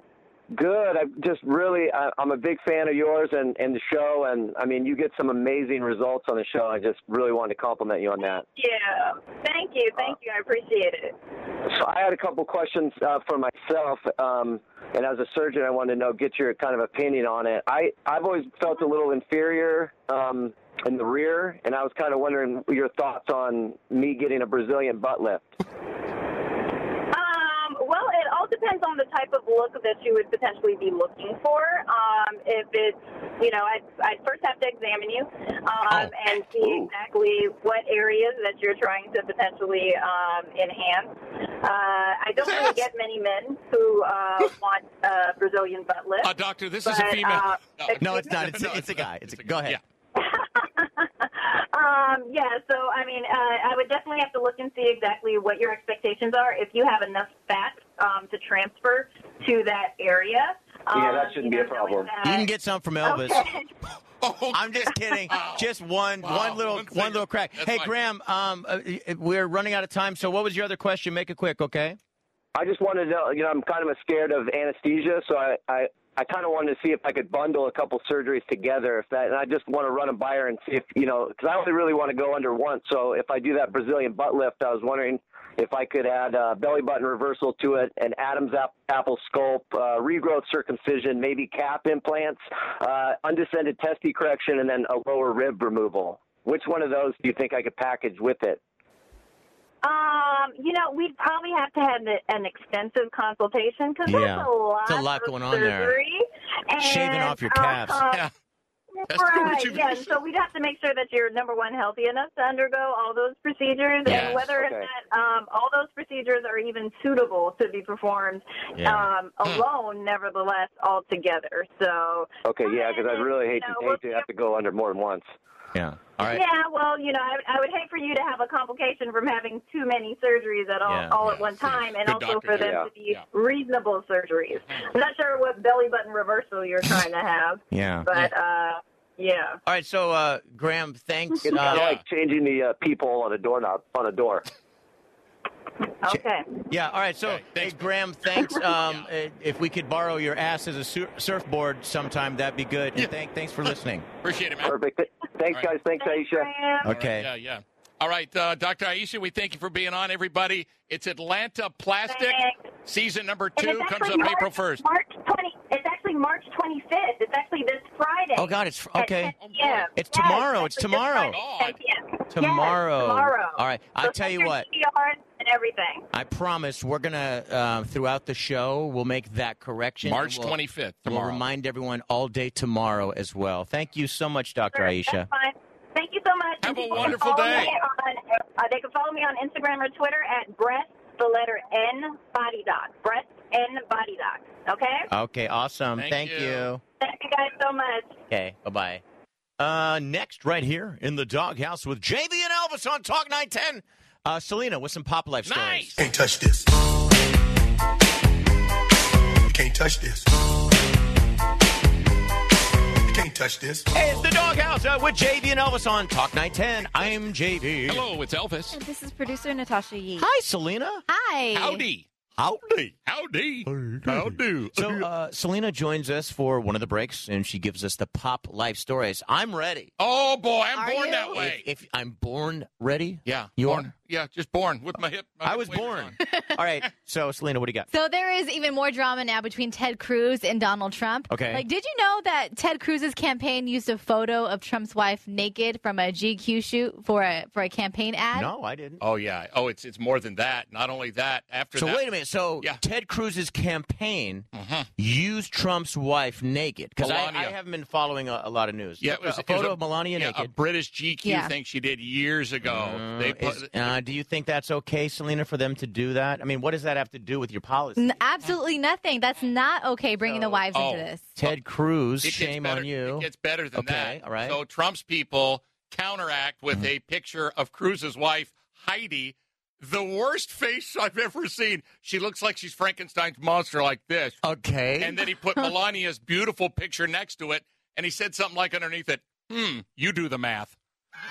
Good. I'm just really, I, I'm a big fan of yours and, and the show. And I mean, you get some amazing results on the show. I just really wanted to compliment you on that. Yeah. Thank you. Thank you. I appreciate it. So I had a couple questions uh, for myself, um, and as a surgeon, I wanted to know get your kind of opinion on it. I I've always felt a little inferior um, in the rear, and I was kind of wondering your thoughts on me getting a Brazilian butt lift. Um, well, it all depends on the type of look that you would potentially be looking for. Um, if it's, you know, I'd, I'd first have to examine you um, Oh. and see Ooh. exactly what areas that you're trying to potentially um, enhance. Uh, I don't really get many men who uh, want a Brazilian butt lift. Uh, doctor, this is a But, female. uh, No, it's not. It's, a- it's a guy. It's a, go ahead. Yeah. (laughs) um, yeah, so I mean, uh, I would definitely have to look and see exactly what your expectations are. If you have enough fat um, to transfer to that area, um, Yeah, that shouldn't you be a know, knowing problem. that- You can get some from Elvis. (laughs) Okay. (laughs) Oh, I'm just kidding. Wow. Just one, Wow. one little, One one, finger. little crack. That's hey, fine. Graham, um, uh, we're running out of time. So, what was your other question? Make it quick, okay? I just wanted to know, you know, I'm kind of scared of anesthesia, so I. I I kind of wanted to see if I could bundle a couple surgeries together, if that, and I just want to run a buyer and see if you know, because I only really want to go under once. So if I do that Brazilian butt lift, I was wondering if I could add uh, belly button reversal to it, an Adam's ap- apple sculpt, uh, regrowth circumcision, maybe cap implants, uh, undescended testy correction, and then a lower rib removal. Which one of those do you think I could package with it? Um, you know, we'd probably have to have the- an extensive consultation because Yeah. that's a lot. It's a lot of going on there. surgery. And, Shaving off your calves. uh, Yeah. That's pretty much (laughs) Right, even- yeah. and So we'd have to make sure that you're number one healthy enough to undergo all those procedures, Yes. and whether Okay. or not um, all those procedures are even suitable to be performed Yeah. Hmm. um, alone. Nevertheless, all together. So Okay, yeah, because I'd really hate No, to, hate to have to go under more than once. Yeah. All right. yeah, well, you know, I, I would hate for you to have a complication from having too many surgeries at all, Yeah, all yeah, at one see, time, and good also doctor for there. them Yeah, to be yeah. reasonable surgeries. I'm not sure what belly button reversal you're trying to (laughs) have, Yeah. but uh, yeah. All right. So, uh, Graham, thanks. It's kind of Uh, like changing the uh, peephole on a doorknob on a door. Okay. Yeah. All right. So, Okay, thanks, hey, Graham, (laughs) thanks. Um, uh, If we could borrow your ass as a sur- surfboard sometime, that'd be good. And Yeah. thank, thanks for listening. Appreciate it, man. Perfect. Th- Thanks, All guys. Thanks, Thanks, Aisha. Graham. Okay. (laughs) Yeah, yeah. All right, uh, Dr. Aisha, we thank you for being on, everybody. It's Atlanta Plastic. Thanks. Season number And two it's comes up actually April March- 1st. March 20. It's actually March 25th. It's actually this Friday. Oh God, it's at okay. 10 p.m. It's Yes, tomorrow. It's actually this tomorrow. Friday at 10 p.m. Yes, Tomorrow. tomorrow. All right. I So tell check you your what. GRs and everything. I promise we're gonna uh, throughout the show we'll make that correction. and March we'll- 25th, We'll tomorrow. remind everyone all day tomorrow as well. Thank you so much, Dr. Sure, Aisha. That's fine. Thank you so much. Have And a people can wonderful follow day. me on- uh, they can follow me on Instagram or Twitter at breast the letter N body doc. Breast N body doc. Okay. Okay, awesome. Thank Thank, you. you. Thank you guys so much. Okay, bye bye. Uh, next, right here in the doghouse with JV and Elvis on Talk 910. Uh, Selena with some pop life Nice. stories. Can't touch this. You can't touch this. You can't touch this. Hey, it's the doghouse uh, with JV and Elvis on Talk 910. I'm JV. Hello, it's Elvis. This is producer Natasha Yee. Hi, Selena. Hi. Howdy. Howdy. Howdy. Howdy. So, uh, Selena joins us for one of the breaks, and she gives us the pop life stories. I'm ready. oh, boy, I'm Are born you? that way. If, if I'm born ready, yeah. you born, are. yeah, just born with my hip. my I hip was waders born. on. (laughs) All right. So, Selena, what do you got? So there is even more drama now between Ted Cruz and Donald Trump. Okay. Like, did you know that Ted Cruz's campaign used a photo of Trump's wife naked from a GQ shoot for a for a campaign ad? No, I didn't. Oh yeah. Oh, it's it's more than that. Not only that. After So that, wait a minute. So Yeah. Mm-hmm. Ted Cruz's campaign used Trump's wife naked because I, Melania. I haven't been following a, a lot of news. Yeah, it was- a it was photo a- of Melania yeah, a naked. British GQ Yeah. thing she did years ago. Uh, they put, is- uh, do you think that's okay, Selena, for them to do that? I mean, what does that have to do with your policy? N- absolutely nothing. That's not okay. Bringing the wives Oh. into (laughs) this. Ted Cruz, It gets shame better- on you. It gets better than Okay, that. all right. Mm-hmm. So Trump's people counteract with a picture of Cruz's wife, Heidi, the worst face I've ever seen. She looks like she's Frankenstein's monster, like this. okay. And then (laughs) he put Melania's beautiful picture next to it, and he said something like underneath it, hmm, you do the math.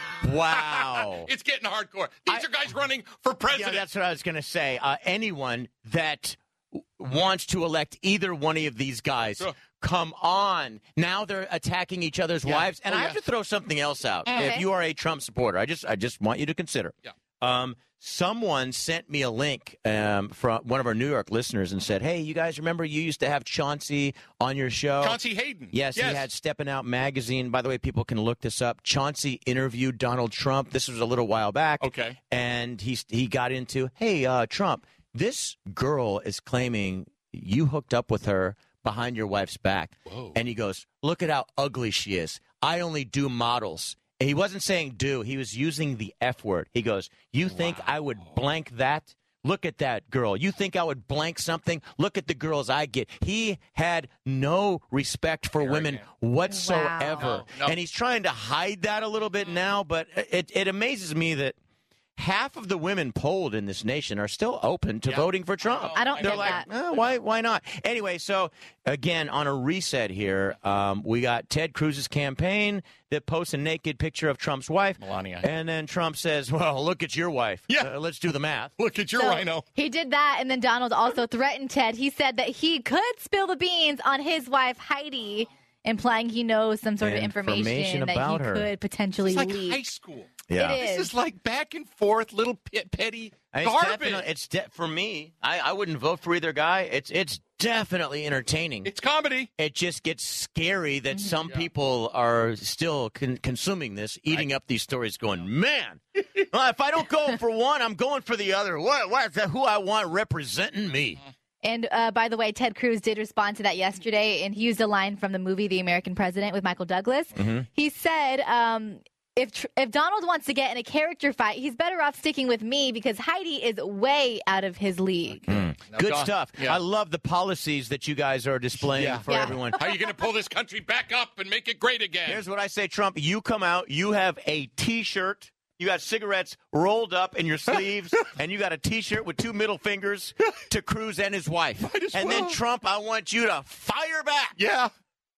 (laughs) wow. It's getting hardcore. These are guys running for Yeah, president. that's what I was going to say. Uh, anyone that w- wants to elect either one of these guys, Sure. come on. Now they're attacking each other's wives, and Oh, I yeah. have to throw something else out. If you are a Trump supporter, I just I just want you to consider. Yeah. Um, someone sent me a link um, from one of our New York listeners and said, "Hey, you guys remember you used to have Chauncey on your show? Chauncey Hayden. Yes, he had Steppin' Out magazine. By the way, people can look this up. Chauncey interviewed Donald Trump. This was a little while back. Okay. And he he got into, "Hey, uh, Trump, this girl is claiming you hooked up with her behind your wife's back." Whoa. And he goes, "Look at how ugly she is. I only do models." And he wasn't saying do. He was using the F word. He goes, "You think I would blank that?" Look at that girl. You think I would blank something? Look at the girls I get. He had no respect for women whatsoever. Wow. No, Mm. no. And he's trying to hide that a little bit now, but it, it amazes me that half of the women polled in this nation are still open to voting for Trump. I don't They're get like, that. "Eh, why, why not? Anyway, so again, on a reset here, um, we got Ted Cruz's campaign that posts a naked picture of Trump's wife. Melania. And then Trump says, well, look at your wife. Yeah. Uh, let's do the math. Look at your So rhino. He did that, and then Donald also threatened Ted. He said that he could spill the beans on his wife Heidi, implying he knows some sort of Information information that about he her. could potentially It's like leak. high school. Yeah. It This is. is like back and forth, little pit, petty I mean, It's garbage. definitely- It's de- for me. I, I wouldn't vote for either guy. It's it's definitely entertaining. it's comedy. it just gets scary that some Mm-hmm. Yeah. people are still con- consuming this, eating up these stories, going, man, well, if I don't (laughs) go for one, I'm going for the other. What, what is that? Who I want representing me? Mm-hmm. And uh, by the way, Ted Cruz did respond to that yesterday, and he used a line from the movie The American President with Michael Douglas. Mm-hmm. He said, um, if, tr- if Donald wants to get in a character fight, he's better off sticking with me because Heidi is way out of his league. Mm. Good Don- stuff. yeah. I love the policies that you guys are displaying Yeah. for (laughs) Yeah. everyone. How are you going to pull this country back up and make it great again? Here's what I say, Trump. You come out, you have a t shirt, you got cigarettes rolled up in your (laughs) sleeves, and you got a t shirt with two middle fingers to Cruz and his wife. as And then, well. Trump, I want you to fire back yeah,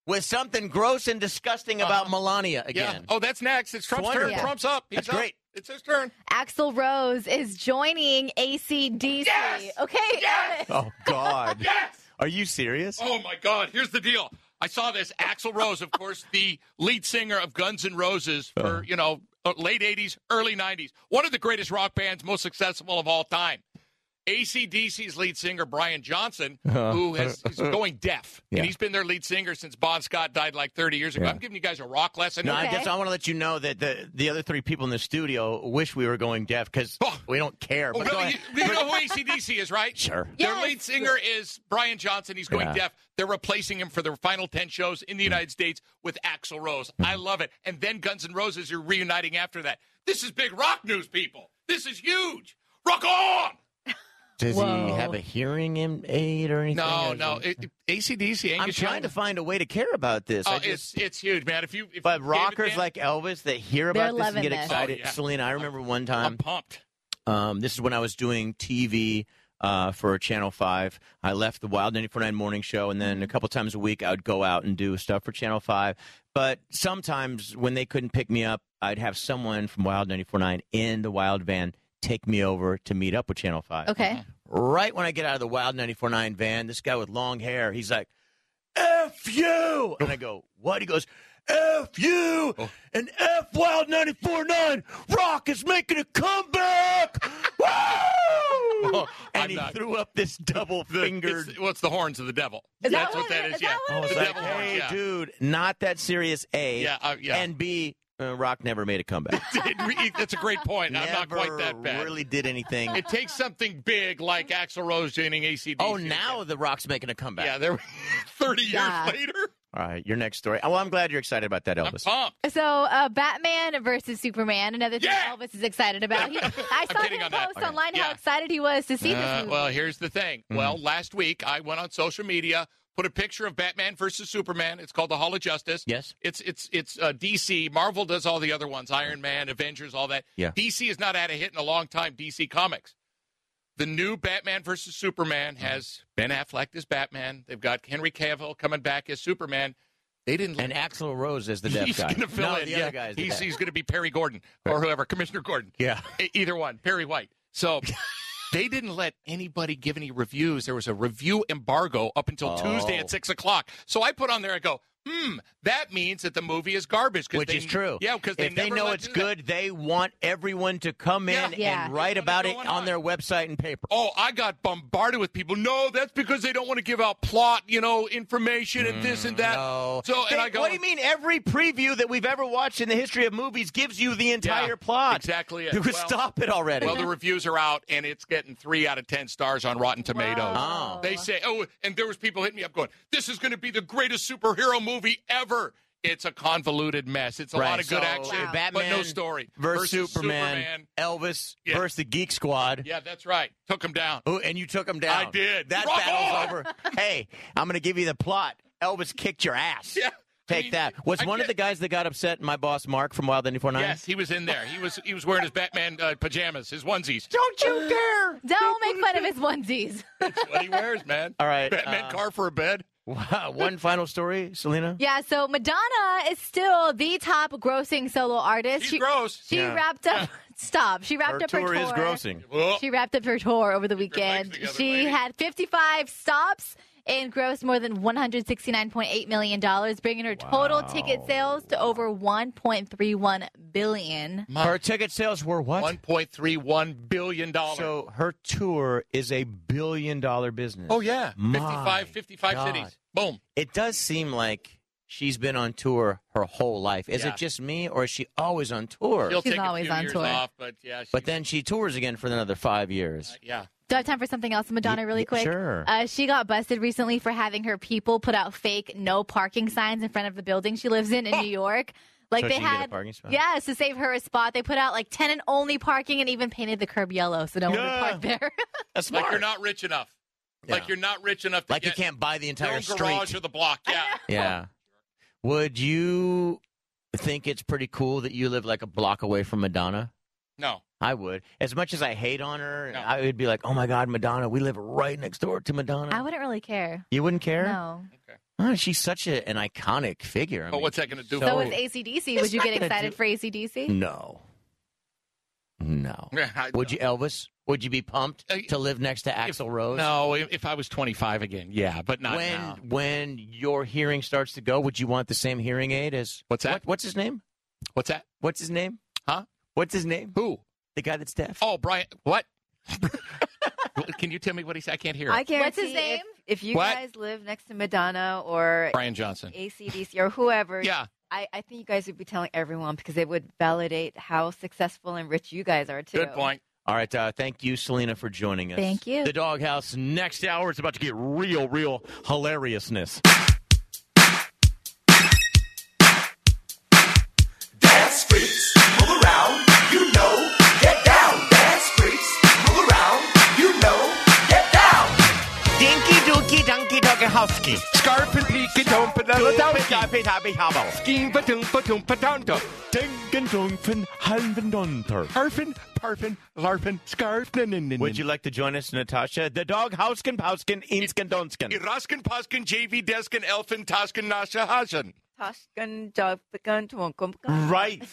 with something gross and disgusting about Melania Uh-huh. yeah. again. Oh, that's next. It's Trump's turn. wonderful. Trump's up. He's That's up. great. It's his turn. Axel Rose is joining ACDC. Yes! Okay. Yes! Oh, God. (laughs) Yes. Are you serious? Oh my God. Here's the deal. I saw this. Axl Rose, of course, the lead singer of Guns N' Roses for you know uh, late '80s, early '90s. One of the greatest rock bands, most successful of all time. ACDC's lead singer Brian Johnson, who has (laughs) is going deaf, Yeah. and he's been their lead singer since Bon Scott died like 30 years ago. Yeah. I'm giving you guys a rock lesson. No, I Okay. guess I want to let you know that the the other three people in the studio wish we were going deaf because Oh. we don't care. Oh, but go really? ahead. You, you know who ACDC is, right? (laughs) Sure. Their lead singer is Brian Johnson. He's going Yeah. Mm. deaf. They're replacing him for their final 10 shows in the United States with Axl Rose. I love it. And then Guns N' Roses are reuniting after that. This is big rock news, people. This is huge. Rock on! Does he Whoa. have a hearing im- aid or anything? No, Or- no. It, it- ACDC, I'm Angus trying to Young. find a way to care about this. Oh, I just, it's, it's huge, man. If you, if but you gave it rockers to like Elvis that hear They're about this and loving get this. excited. Oh, yeah. Selena, I remember one I'm time. pumped. Um, this is when I was doing TV uh, for Channel 5. I left the Wild 949 morning show, and then a couple times a week I would go out and do stuff for Channel 5. But sometimes when they couldn't pick me up, I'd have someone from Wild 949 in the Wild van take me over to meet up with Channel 5. (laughs) Okay. Right when I get out of the Wild 949 van, this guy with long hair, he's like, F you! And I go, what? He goes, F you and F Wild 94.9 Rock is making a (laughs) comeback. Woo! Well, Oh, I'm and he not- threw up this double The, fingered. (laughs) it's, well, it's the horns of the devil. Is that That's what what that it- is. is yeah. that what it I was the like, devil horns. hey, yeah. dude, not that serious. A Yeah, uh, yeah. and B, uh, Rock never made a comeback. It re- that's a great point. (laughs) I'm not Never quite that bad. Really did anything. It takes something big like Axl Rose joining ACDC. oh, now the Rock's making a comeback. Yeah, (laughs) there. 30 years Yeah. later. All right, your next story. Well, I'm glad you're excited about that, I'm Elvis. pumped. So, uh, Batman versus Superman, another thing Yeah! Elvis is excited (laughs) about. He- I saw kidding him on that. post online how Yeah. excited he was to see Uh, this movie. well, here's the thing. Mm-hmm. Well, last week I went on social media, put a picture of Batman versus Superman. It's called the Hall of Justice. Yes. It's it's it's uh, DC. Marvel does all the other ones, Iron Man, Avengers, all that. Yeah. DC has not had a hit in a long time. DC Comics. The new Batman versus Superman Mm-hmm. has Ben Affleck as Batman. They've got Henry Cavill coming back as Superman. They didn't. And Axel Rose is the (laughs) deaf he's guy. going to fill no, in. the yeah. other guy's the he's deaf. he's going to be Perry Gordon or whoever, Commissioner Gordon. Yeah. E- either one, Perry White. So (laughs) they didn't let anybody give any reviews. There was a review embargo up until Tuesday Oh. at six o'clock. So I put on there. I go, hmm, that means that the movie is garbage. 'cause Which they- is true. Yeah, because they if they never know let it's do that. good, they want everyone to come in Yeah. Yeah. and write What's about it going on. on? their website and paper. Oh, I got bombarded with people. No, that's because they don't want to give out plot, you know, information and this and that. Mm, No. Oh. So They- and I go, what do you mean? Every preview that we've ever watched in the history of movies gives you the entire plot. exactly (laughs) it. You could Well- stop it already. (laughs) Well, the reviews are out, and it's getting three out of ten stars on Rotten Tomatoes. Wow. They say, oh, and there was people hitting me up going, "This is going to be the greatest superhero movie ever." It's a convoluted mess. It's a lot of good so uh, action, Batman but no story. Versus, Superman, Superman. Elvis Yeah. versus the Geek Squad. Yeah, that's right. Took him down. Ooh, and you took him down. I did. That Rock on! (laughs) battle's over. Hey, I'm going to give you the plot. Elvis kicked your ass. Yeah. Take I mean, that. Was I one of get- the guys that got upset my boss, Mark, from Wild 94.9? Yes, he was in there. He was he was wearing his Batman uh, pajamas, his onesies. Don't you dare. Don't make fun of his onesies. That's what he wears, man. All right, Batman uh, car for a bed. (laughs) Wow, one final story, Selena. Yeah, so Madonna is still the top grossing solo artist. He's She, gross. she Yeah. wrapped (laughs) up. Stop. She wrapped Her up her tour tour. is grossing. Well, She wrapped up her tour over the your legs weekend. together, she lady. had 55 stops and grossed more than 169.8 million dollars, bringing her total ticket sales to over 1.31 billion. Her ticket sales were what? one point three one billion dollars. So her tour is a billion dollar business. oh yeah, My 55, 55 God. cities. Boom. It does seem like she's been on tour her whole life. Is Yeah. it just me, or is she always on tour? She'll She's take always a few on years tour. off, but yeah. She's, but then she tours again for another five years. yeah. Do I have time for something else, Madonna, Y- really y- quick? sure. Uh, she got busted recently for having her people put out fake no parking signs in front of the building she lives in in (laughs) New York. Like So they she can get a had, parking spot? yes, to save her a spot. They put out like tenant only parking and even painted the curb yellow, so no one would Yeah. (laughs) park there. That's Like smart. you're not rich enough. Yeah. Like you're not rich enough to Like you get can't buy the your entire own garage street. or the block. Yeah. yeah. Would you think it's pretty cool that you live like a block away from Madonna? No. I would. As much as I hate on her, No. I would be like, "Oh my God, Madonna! We live right next door to Madonna." I wouldn't really care. you wouldn't care? No. Oh, she's such a, an iconic figure. I But mean, what's that gonna do so- So for was (laughs) you? ACDC. Would It's you not (laughs) get gonna excited Oh. do- for (laughs) ACDC? No. No. I- Would you, Elvis? Would you be pumped Uh, to live next to Axl Rose? No, if if I was 25 again, yeah, but not When now. when your hearing starts to go, would you want the same hearing aid as What's that? What, what's his name? What's that? What's his name? Huh? What's his name? Who? The guy that's deaf. Oh, Brian. What? (laughs) Can you tell me what he said? I can't hear. it. I guarantee What's his name? If, if you What? guys live next to Madonna or Brian Johnson. ACDC or whoever, Yeah. I, I think you guys would be telling everyone because it would validate how successful and rich you guys are too. Good point. All right. Uh, thank you, Selena, for joining us. Thank you. The Doghouse next hour is about to get real, real hilariousness. Dance freaks, move around, you know, get down. Dance freaks, move around, you know, get down. Dinky Dookie Donkey Dogahowski. Scarf and peek Harfin, parfin, larfin, scarf, Would you like to join us, Natasha? The dog Hauskin Pauskin Inskin Donskin. Iraskin, Paskin, JV, Deskin, Elfin, Toskin, Nasha, Hajan. Toshkan, Dogpikan, Twonkumkan. Right. (laughs)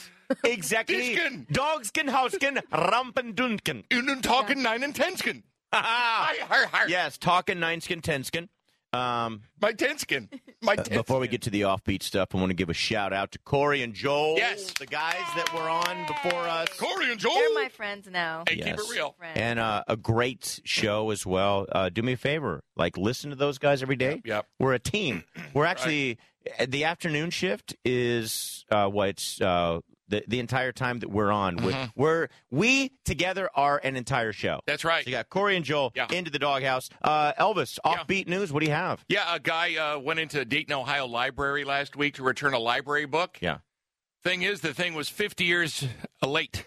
Exactly. Diskin. Dogskin Hauskin Rampen Dunkin. Innen, Talkin, Nine, and Tenskin. (laughs) Ha ha. Hi, hi, hi. yes, talking nine skin, ten skin. Um, My tin skin. (laughs) My tin before we skin. get to the offbeat stuff, I want to give a shout out to Corey and Joel. Yes. The guys that were on before us. Corey and Joel. They're my friends now. Hey, keep Yes. it real. Friends. And uh, a great show as well. Uh, do me a favor, like listen to those guys every day. Yep. We're a (clears throat) team. We're actually eh, the afternoon shift is uh, what's uh, the the entire time that we're on. With, We're we together are an entire show. Mm-hmm. That's right. So you got Corey and Joel Yeah. into the doghouse. Uh, Elvis, Yeah. offbeat news. What do you have? Yeah, a guy uh, went into Dayton, Ohio library last week to return a library book. Yeah. Thing is, the thing was 50 years uh, late.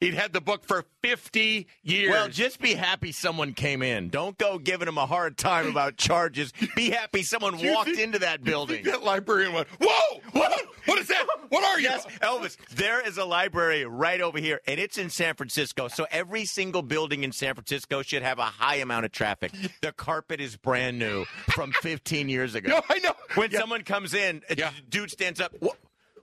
He'd had the book for 50 years. Well, just be happy someone came in. Don't go giving him a hard time about charges. Be happy (laughs) someone walked into that building. (laughs) that librarian went, Whoa! What, what is that? What are (laughs) you? Yes, Elvis, there is a library right over here, and it's in San Francisco. So every single building in San Francisco should have a high amount of traffic. The carpet is brand new from 15 years (laughs) ago. (laughs) No, I know. When someone comes in, a Yeah. dude stands up. What?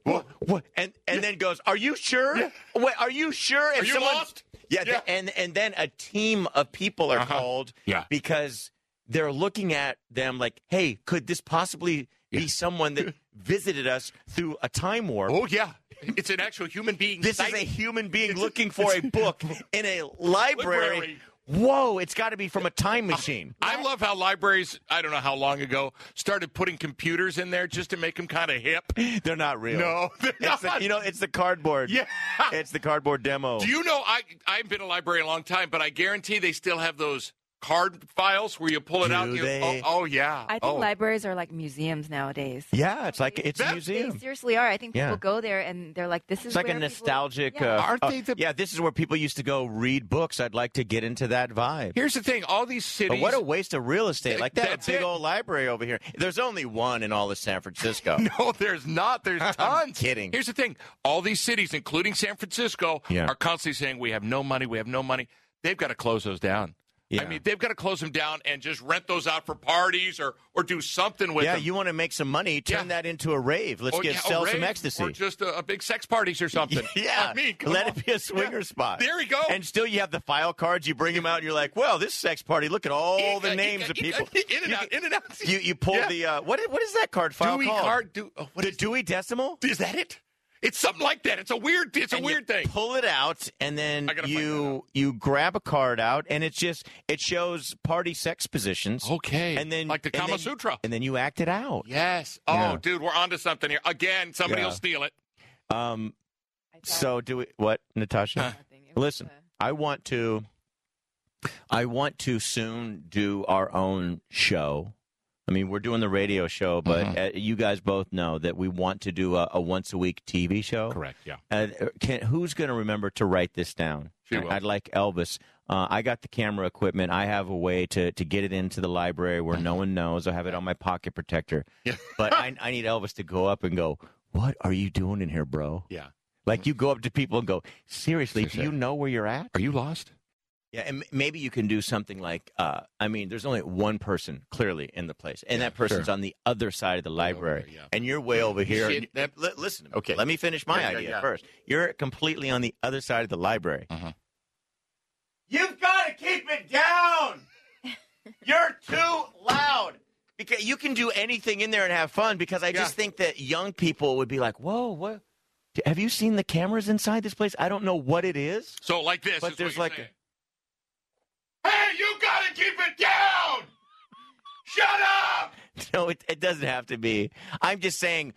What? what?" And and then goes, "Are you sure? Wait, are you sure?" If Are you someone- lost? Yeah, th- Yeah. Uh-huh. and and then a team of people are called Yeah. because they're looking at them like, "Hey, could this possibly be someone (laughs) that visited us through a time warp?" Oh, yeah. It's an actual human being. This is sight. a human being looking for a book in a library. Library. Whoa, it's got to be from a time machine. I love how libraries, I don't know how long ago, started putting computers in there just to make them kind of hip. (laughs) They're not real. (laughs) No, they're It's the, not. you know, it's the cardboard. Yeah. (laughs) It's the cardboard demo. Do you know I I've been a librarian a long time, but I guarantee they still have those card files where you pull it Do out. and you- they? Oh, oh, yeah. I think oh. libraries are like museums nowadays. yeah, it's like it's a That- They museum. seriously are. I think people Yeah. go there and they're like, "This is It's like where a people- nostalgic. Yeah. Uh, Aren't uh, they the- yeah, this is where people used to go read books. I'd like to get into that vibe. Here's the thing: all these But cities. what a waste of real estate! Like that That's big it. old library over here. There's only one in all of San (laughs) Francisco. no, there's (laughs) not. There's tons. kidding. Here's the thing: all these cities, including San Francisco, Yeah. are constantly saying we have no money, we have no money. They've got to close those down. Yeah. I mean, they've got to close them down and just rent those out for parties or or do something with yeah, them. you want to make some money? Turn Yeah. that into Oh, a rave. Let's Or, get yeah, a sell some rave ecstasy. or just a, a big sex parties or something. (laughs) Yeah, I mean, come let on. it be a swinger spot. There we go. And still, you have the file cards. You bring them out, and you're like, "Well, this sex party. Look at all the Eka, names eka, of people." (laughs) eka, In and You- out, in and out. You you pull Yeah. the uh, what? What is that card file Dewey called? card. Do, oh, what the is, Dewey Decimal. is that it? It's something like that. It's a weird. It's a And you weird thing. Pull it out, and then I gotta find that you you grab a card out, and it's just it shows party sex positions. Okay. and then like the and Kama then- Sutra. and then you act it out. yes. Oh, Yeah. dude, we're onto something here. Again, somebody Yeah. will steal it. Um. I thought So do we? What, Natasha? (laughs) Huh. nothing. It was Listen. a- I want to I want to soon do our own show. I mean, we're doing the radio show, but Mm-hmm. uh, you guys both know that we want to do a, a once a week TV show. Correct. Yeah. Uh, can, who's going to remember to write this down? She will. I'd like Elvis. Uh, I got the camera equipment. I have a way to, to get it into the library where no one knows. I have it on my pocket protector. Mm-hmm. Yeah. But (laughs) I, I need Elvis to go up and go, What are you doing in here, bro? Yeah. Like you go up to people and go, Seriously, do Seriously. you know where you're at? Are you lost? Yeah, and m- maybe you can do something like uh, I mean, there's only one person clearly in the place, and that person's on the other side of the library, there, yeah. and you're way over here. Shit, and, that- li- listen, to me. Okay. let me finish my Yeah, yeah, idea yeah. first. You're completely on the other side of the library. Mhm. You've got to keep it (laughs) down. you're too loud. Because you can do anything in there and have fun. Because I just think that young people would be like, "Whoa, what? Have you seen the cameras inside this place? I don't know what it is." So like this. But is there's what like you're saying. Hey, you gotta keep it down. Shut up. (laughs) No, it, it doesn't have to be. I'm just saying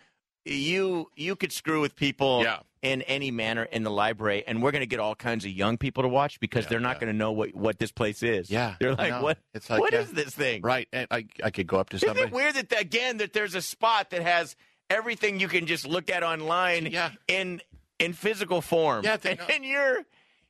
you you could screw with people Yeah. in any manner in the library and we're going to get all kinds of young people to watch because Yeah, they're not yeah. going to know what what this place is. Yeah, They're I like know. what It's it's like, like, yeah. this thing? Right, and I I could go up to Isn't it weird that again that there's a spot that has everything you can just look at online Yeah. in in physical form. Yeah, they and, know. and you're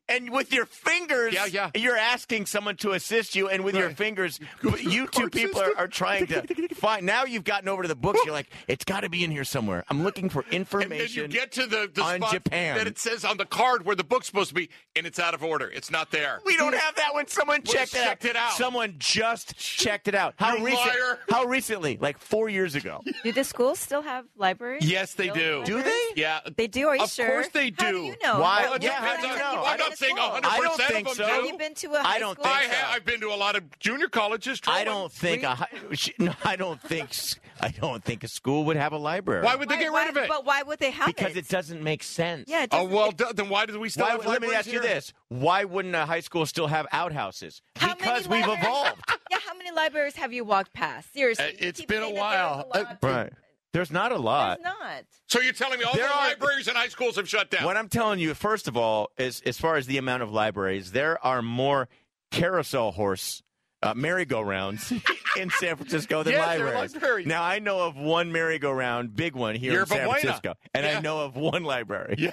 and with your fingers, Yeah, yeah. you're asking someone to assist you, and with your Right. (laughs) fingers, you two people are, are trying to find. Now you've gotten over to the books. You're like, it's got to be in here somewhere. I'm looking for And then you information. get to the, the on spot Japan. that it says on the card where the book's supposed to be, and it's out of order. It's not there. we don't have that when someone We checked, it, checked out. it out. Someone just checked it out. How You recent? liar. How recently? Like four years (laughs) ago. Do the schools still have libraries? Yes, they Still do. have Do libraries? they? Yeah. They do. Are you Of sure? course they How do. do you know? Why- How- Yeah, Depends how do you on- know? I'm I not don't- saying full. 100% I don't of think them so. Have do. you been to a I high don't school? I think so. ha- I've been to a lot of junior colleges. I Trolling. don't think a, hi- (laughs) she- no, I don't think s- I don't think a school would have a library. Why would they Why- get rid why- of it? But why would they have because it? it doesn't make sense. yeah. It oh doesn't- well, d- then why do we still Why, have let me libraries ask you here? this: Why wouldn't a high school still have outhouses? How because many we've libraries- (laughs) evolved. Yeah, how many libraries have you walked past? Seriously, Uh, You it's keep been a saying that while. there's a lot. Right. There's not a lot. There's not. So you're telling me all There the are- libraries and high schools have shut down? What I'm telling you, first of all, is as far as the amount of libraries, there are more carousel horse uh, merry-go-rounds (laughs) in San Francisco than Yes, there are libraries. libraries. Now I know of one merry-go-round, big one here Yerba in San Buena. Francisco, and I Yeah. know of one library. Yeah.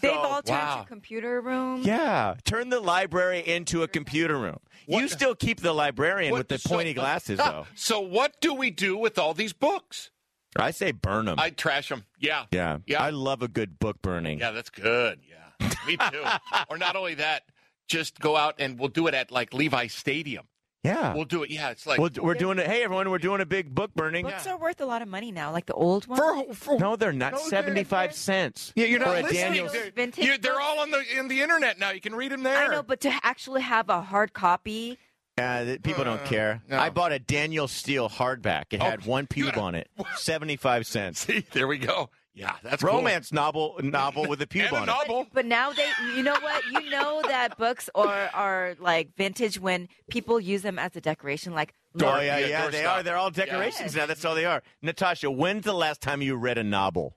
They've all turned wow. to computer rooms. Yeah, turn the library into a computer room. You What- still keep the librarian What- with the so- pointy (laughs) glasses, Ah, though. So what do we do with all these books? I say burn them. I trash them. Yeah. yeah. Yeah. I love a good book burning. Yeah, that's good. Yeah. Me (laughs) too. or not only that, just go out and we'll do it at like Levi Stadium. Yeah. We'll do it. Yeah, it's like Well, we're doing it. Hey, everyone, we're doing a big book burning. Books are worth a lot of money now, like the old ones. for, for No, they're not. No, they're- 75 cents. Yeah, you're for not a listening. Daniels. Those They're, vintage you- they're books. all on the in the internet now. You can read them there. I know, but to actually have a hard copy, Uh, th- people don't care. no. I bought a Daniel Steele hardback. It Oh, had one pube good. on (laughs) it. 75 cents. (laughs) See, there we go. Yeah, that's cool. Romance novel novel with a pube and a on it. novel. But now they, you know what? You know that books are are like vintage when people use them as a decoration, like Oh, Door- yeah, yeah, yeah, they doorstop. are. They're all decorations now. That's all they are. Natasha, when's the last time you read a (laughs) novel?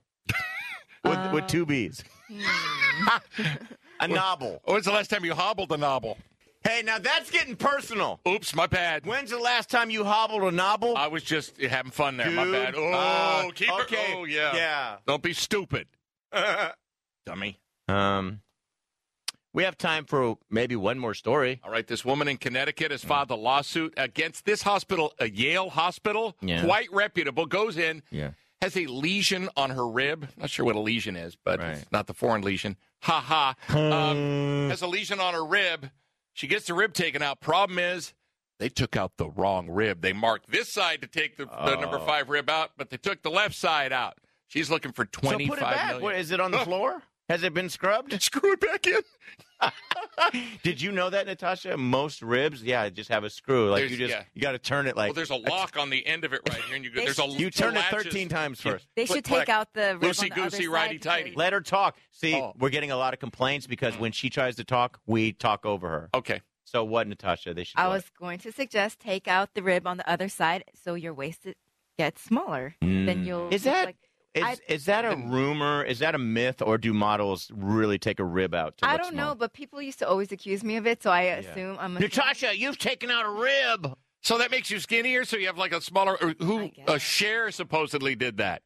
with, with two B's. Hmm. (laughs) a novel. When's the last time you hobbled a novel? Hey, now that's getting personal. Oops, my bad. When's the last time you hobbled a novel? I was just having fun Ah, there. my Dude, bad. Oh, uh, keep her- okay, Oh, yeah. Yeah. Don't be stupid, (laughs) dummy. Um, we have time for maybe one more story. All right, this woman in Connecticut Mm. has filed a lawsuit against this hospital, a Yale hospital, Yeah. quite reputable. Goes in, Yeah. has a lesion on her rib. Not sure what a lesion is, but Right. it's not the foreign lesion. Ha ha. Um, has a lesion on her rib. She gets the rib taken out. Problem is, they took out the wrong rib. They marked this side to take the, the number five rib out, but they took the left side out. She's looking for So twenty put it five back. million. What, is it on the floor? Has it been scrubbed? Screw it back in. (laughs) Did you know that, Natasha? Most ribs, yeah, just have a screw. Like There's- you just yeah. you got to turn it Well, like there's a lock on the end of it right here, and you go, They there's a should you just turn it latches. 13 times first. they should Click, take out the rib Loosey on the other goosey, side righty tighty. because- Let her talk. See, Oh. we're getting a lot of complaints because when she tries to talk, we talk over her. Okay. So what, Natasha? They should. I what? was going to suggest take out the rib on the other side, so your waist it gets smaller. Then you'll Is look that- like- Mm. Is, I- is that a rumor? Is that a myth, or do models really take a rib out? To I look don't small? know, but people used to always accuse me of it, so I assume I'm. A Natasha, you've taken out a rib. So that makes you skinnier. So you have like a smaller. Or I who? guess. A share supposedly did that.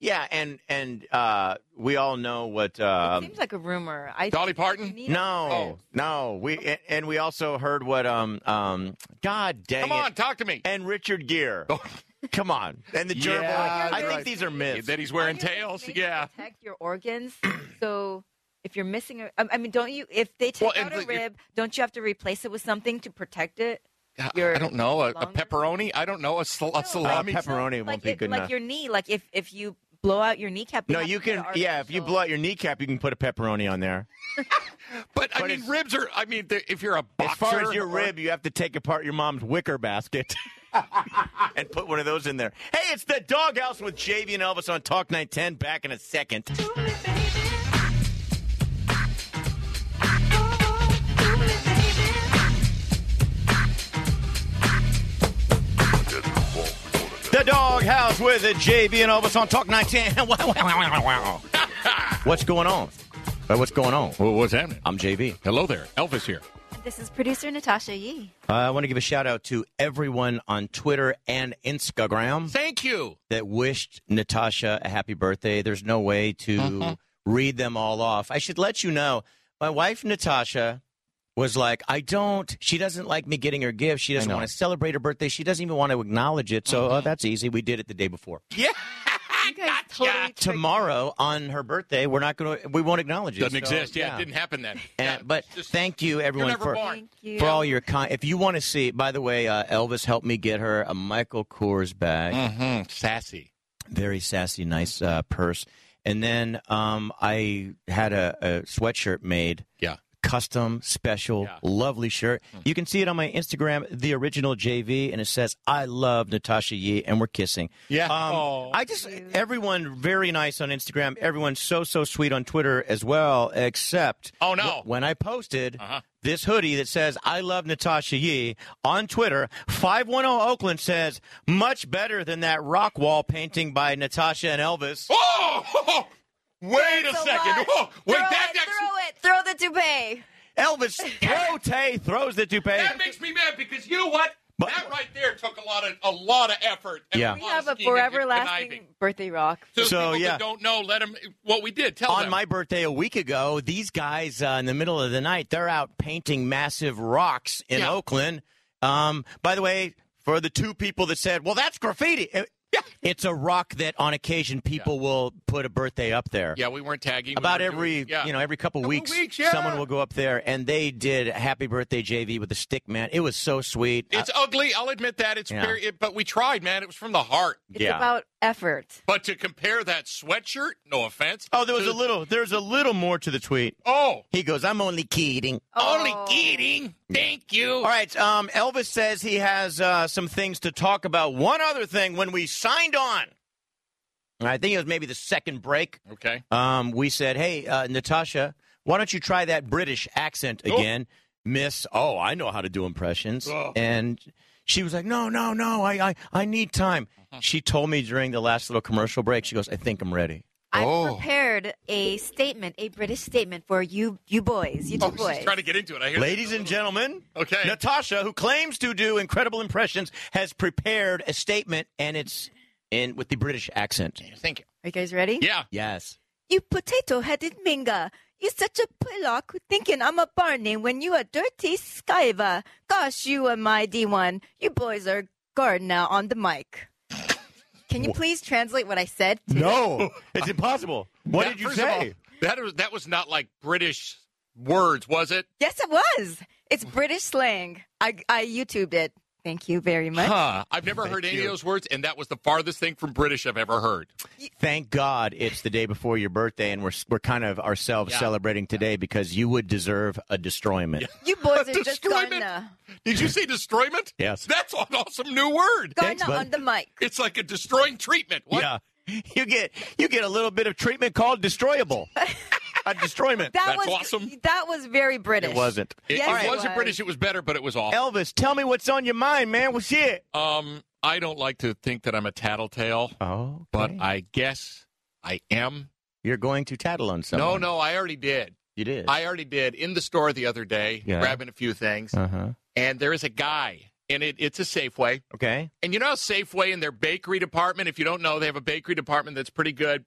Yeah, and and uh, we all know what. it Uh, seems like a rumor. I Dolly Parton? you need- no, Oh. no, we and, and we also heard what. Um, um, God dang Come it! on, talk to me. And Richard Gere. Oh. Come on, and the gerbil. Yeah, I think right. these are myths. that he's wearing Aren't your tails. legs made to Yeah. Protect your (clears throat) organs. so if you're missing a, um, I I mean, don't you? If they take Well, and out a the- you- rib, don't you have to replace it with something to protect it? Your I don't know a, a longer? pepperoni. I don't know a, sal- a salami. pepper- Pepperoni like won't be it- good like enough. your knee. Like if if you blow out your kneecap. they no, have you to put can. an Yeah, if you artificial- blow out your kneecap, you can put a pepperoni on there. but I But mean, it's- ribs are. I mean, they're- if you're a boxer, As far as your or- rib, you have to take apart your mom's wicker basket (laughs) and put one of those in there. Hey, it's the doghouse with JV and Elvis on Talk 910. Back in a second. The doghouse with the JV and Elvis on Talk (laughs) 910. Wow, wow, wow, wow, wow. what's going on? Uh, What's going on? Well, what's happening? I'm JV. Hello there, Elvis here. This is producer Natasha Yee. Uh, I want to give a shout out to everyone on Twitter and Instagram Thank you. that wished Natasha a happy birthday. There's no way to read them all off. I should let you know my wife, Natasha, was like, I don't, she doesn't like me getting her gift. She doesn't know. want to celebrate her birthday. She doesn't even want to acknowledge it. So oh, that's easy. We did it the day before. Yeah. You guys totally tricked me. Tomorrow on her birthday, we're not going to, we won't acknowledge it. Doesn't So, exist. Yeah, it didn't happen then. And- Yeah, but just- thank you, everyone, never for born. Thank you. for all your con- if you want to see by the way uh, elvis helped me get her a michael kors bag Mhm, sassy. very sassy nice uh, purse and then um, i had a, a sweatshirt made Yeah. custom, special, Yeah. Hmm. lovely shirt. You can see it on my Instagram, the original JV, and it says, I love Natasha Yee, and we're kissing. Yeah. Um, Aw. I just, everyone very nice on Instagram. Everyone's so, so sweet on Twitter as well, except Oh, no. Uh-huh. wh- when I posted this hoodie that says, I love Natasha Yee on Twitter, 510 Oakland says, much better than that rock wall painting by Natasha and Elvis. Oh, (laughs) wait a It's second. lot. Whoa, wait, throw that, it, that, throw it, throw the toupee. (laughs) Elvis Prote throws the toupee. that makes me mad because you know what? But- that right there took a lot of a lot of effort. And Yeah. lot We have of a scheming and forever lasting conniving. birthday rock. So, So, people yeah. that don't know, let them. What we did, tell on them. my birthday a week ago, these guys uh, in the middle of the night, they're out painting massive rocks in Yeah. Oakland. Um, by the way, for the two people that said, "Well, that's graffiti," it- it's a rock that on occasion people will put a birthday up there. yeah, we weren't tagging. we About weren't doing- every, yeah. you know, every couple weeks, weeks, yeah. someone will go up there, and they did "Happy Birthday JV" with a stick, man. It was so sweet. Uh, It's ugly. I'll admit that. It's Yeah. very, it, but we tried, man. It was from the heart. It's Yeah. about effort. But to compare that sweatshirt, no offense. oh, there was to- a little. There's a little more to the tweet. Oh, He goes, "I'm only kidding." only Oh. kidding. Thank you. All right. Um, Elvis says he has uh, some things to talk about. One other thing, when we signed on, I think it was maybe the second break, Okay. um, we said, hey, uh, Natasha, why don't you try that British accent Oh. again? Miss, oh, I know how to do impressions. Oh. And she was like, no, no, no, I, I, I need time. Uh-huh. She told me during the last little commercial break, she goes, I think I'm ready. I've Oh. prepared a statement, a British statement for you, you boys, you two Oh, boys. she's trying to get into it. I hear. Ladies and gentlemen, Okay. Natasha, who claims to do incredible impressions, has prepared a statement, and it's in with the British accent. Thank you. Are you guys ready? Yeah. Yes. You potato-headed minga. You such a pillock thinking I'm a barney when you a dirty skiva. Gosh, you a mighty one. You boys are guard now on the mic. Can you please translate what I said? (laughs) To No, it's impossible. What That- did you first of say? all, that was that was not like British words, was it? Yes, it was. It's British slang. I, I YouTubed it. Thank you very much. Huh. I've never heard any of those words, and that was the farthest thing from British I've ever heard. Thank God it's the day before your birthday, and we're we're kind of ourselves Yeah. celebrating today because you would deserve a destroyment. You (laughs) boys are (laughs) just Destroyment. gonna, Did you say destroyment? Yes. That's an awesome new word. gonna Thanks, bud. on the mic. It's like a destroying treatment. What? Yeah, you get you get a little bit of treatment called (laughs) destroyable. a destroyment. That That's was awesome. That was very British. it (laughs) wasn't. It, Yes, it All right. wasn't was. British. It was better, but it was awful. Elvis, tell me what's on your mind, man. What's it? Um, I don't like to think that I'm a tattletale, Oh, but I guess I am. You're going to tattle on someone. No, no, I already did. You did. I already did in the store the other day, Yeah. grabbing a few things, Uh huh. and there is a guy, and it, it's a Safeway. Okay. And you know how Safeway in their bakery department, if you don't know, they have a bakery department that's pretty good.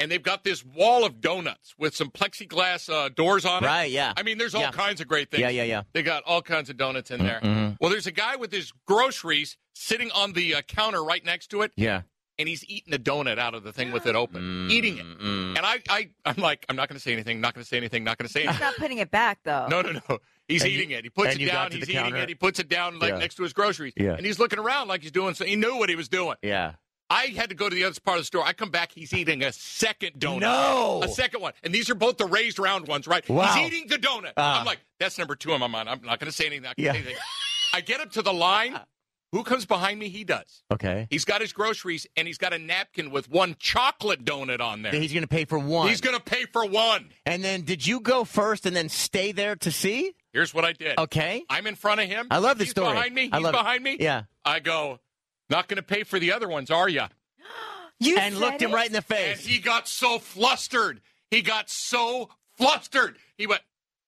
And they've got this wall of donuts with some plexiglass uh, doors on it. Right. Yeah. I mean, there's all Yeah. kinds of great things. Yeah. Yeah. Yeah. They got all kinds of donuts in there. Mhm. Well, there's a guy with his groceries sitting on the uh, counter right next to it, Yeah. and he's eating a donut out of the thing with it open, Mm. eating it. Mm-mm. And I, I, I'm like, I'm not going to say anything, not going to say anything, not going to say He's (laughs) anything. not putting it back though. No, no, no. He's And you- eating it. He puts and it you got down. to He's the eating counter. it. He puts it down like Yeah. next to his groceries. Yeah. And he's looking around like he's doing so. He knew what he was doing. Yeah. I had to go to the other part of the store. I come back. He's eating a second donut. No. A second one. And these are both the raised round ones, right? Wow. He's eating the donut. Ah. I'm like, that's number two in my mind. I'm not going to say anything. Not gonna Yeah. Ah. say anything. I get up to the line. Who comes behind me? He does. Okay. He's got his groceries and he's got a napkin with one chocolate donut on there. He's going to pay for one. He's going to pay for one. and then did you go first and then stay there to see? Here's what I did. Okay. I'm in front of him. I love the He's story. Behind me. I He's love it. behind me. Yeah. I go, not going to pay for the other ones, are you? You And said looked him it? right in the And face. he got so flustered. He got so flustered. He went,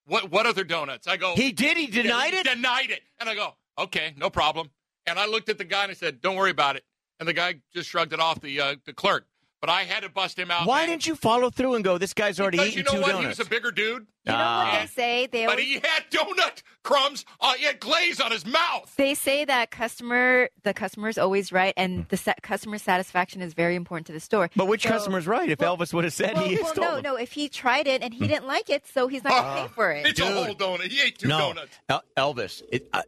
what? What other donuts? I go. He did. He denied "Yeah, it. Denied it. And I go, okay, no problem. And I looked at the guy and I said, don't worry about it. And the guy just shrugged it off. The uh, the clerk. But I had to bust him out. Why didn't you follow through and go? This guy's already Because eaten you know two what? He donuts. Ah. was a bigger dude. You know what they say? They But always, he had donut crumbs. Uh, he had glaze on his mouth. they say that customer the customer is always right, and the sa- customer satisfaction is very important to the store. Hmm. but which So- customer's right? If Elvis would have said Well, he well, stole Hmm. Ah. no, them. no. If he tried it and he didn't like it, so he's not gonna pay for it. It's a whole donut. He ate two donuts. El- Elvis. It, I,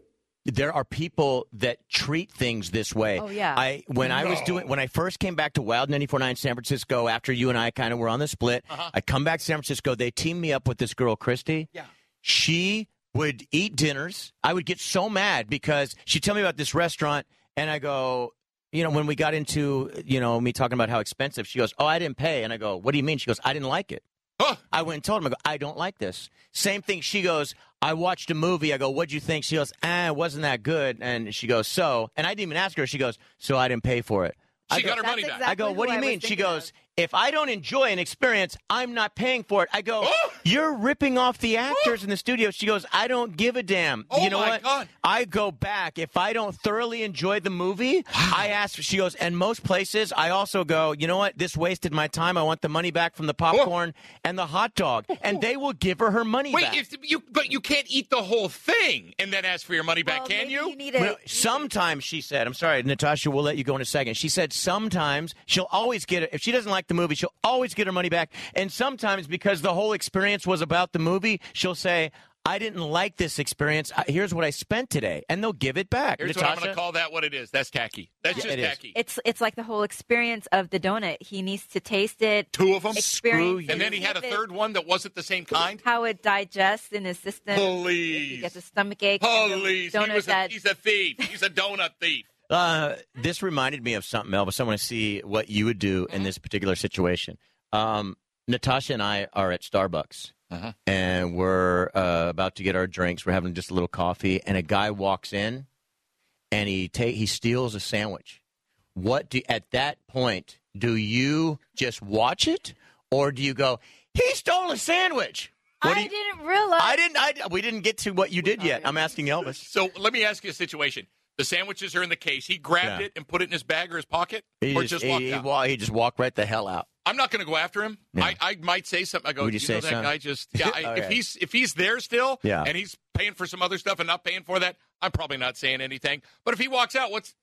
there are people that treat things this way. Oh, yeah. I when I was No. doing when I first came back to Wild 94.9 San Francisco Uh-huh. after you and I kind of were on the split. I come back to San Francisco. They teamed me up with this girl Christy. Yeah. she would eat dinners. I would get so mad because she'd tell me about this restaurant, and I go, you know, when we got into, you know, me talking about how expensive, she goes, oh, I didn't pay. And I go, what do you mean? She goes, I didn't like it. Huh. I went and told him, I go, I don't like this. Same thing. She goes, I watched a movie. I go, what'd you think? She goes, ah, it wasn't that good. And she goes, so, and I didn't even ask her. She goes, so I didn't pay for it. I She go, got her money That's back. exact- I go, Exactly what do you who I was mean? She thinking goes, of. if I don't enjoy an experience, I'm not paying for it. I go, Oh! you're ripping off the actors in the studio. She goes, I don't give a damn. Oh you know my what? God. I go back. If I don't thoroughly enjoy the movie, I ask, she goes, and most places, I also go, you know what? This wasted my time. I want the money back from the popcorn and the hot dog. And they will give her her money Wait, back. if you but you can't eat the whole thing and then ask for your money back, Well, can maybe you? need Well, a, sometimes she said, I'm sorry, Natasha, we'll let you go in a second. She said sometimes she'll always get it. If she doesn't like the movie, she'll always get her money back. And sometimes because the whole experience was about the movie, she'll say, I didn't like this experience. I- Here's what I spent today. And they'll give it back. Here's what I'm going Natasha? to call that. What it is? That's tacky. That's Yeah, just it is. tacky. it's it's like the whole experience of the donut. He needs to taste it, Two of them, experience, you. it, and then he had a live it, third one that wasn't the same kind. How it digests in his system. If he Police, gets a stomach ache. and the police. He Donut was a, that he's a thief. He's a donut thief. Uh, this reminded me of something, Elvis. I want to see what you would do Mm-hmm. in this particular situation. Um, Natasha and I are at Starbucks, Uh-huh. and we're uh, about to get our drinks. We're having just a little coffee, and a guy walks in, and he ta- he steals a sandwich. What do at that point do you just watch it, or do you go? He stole a sandwich. What do I you- didn't realize. I didn't. I, we didn't get to what you did yet. I'm asking Elvis. So let me ask you a situation. The sandwiches are in the case. He grabbed Yeah. it and put it in his bag or his pocket, or just, he, walked he out. wa- he just walked right the hell out. I'm not going to go after him. Yeah. I, I might say something. I go, Would you you, say know that something?" guy just (laughs) yeah. I, All If right. he's if he's there still, Yeah. and he's paying for some other stuff and not paying for that, I'm probably not saying anything. But if he walks out, what's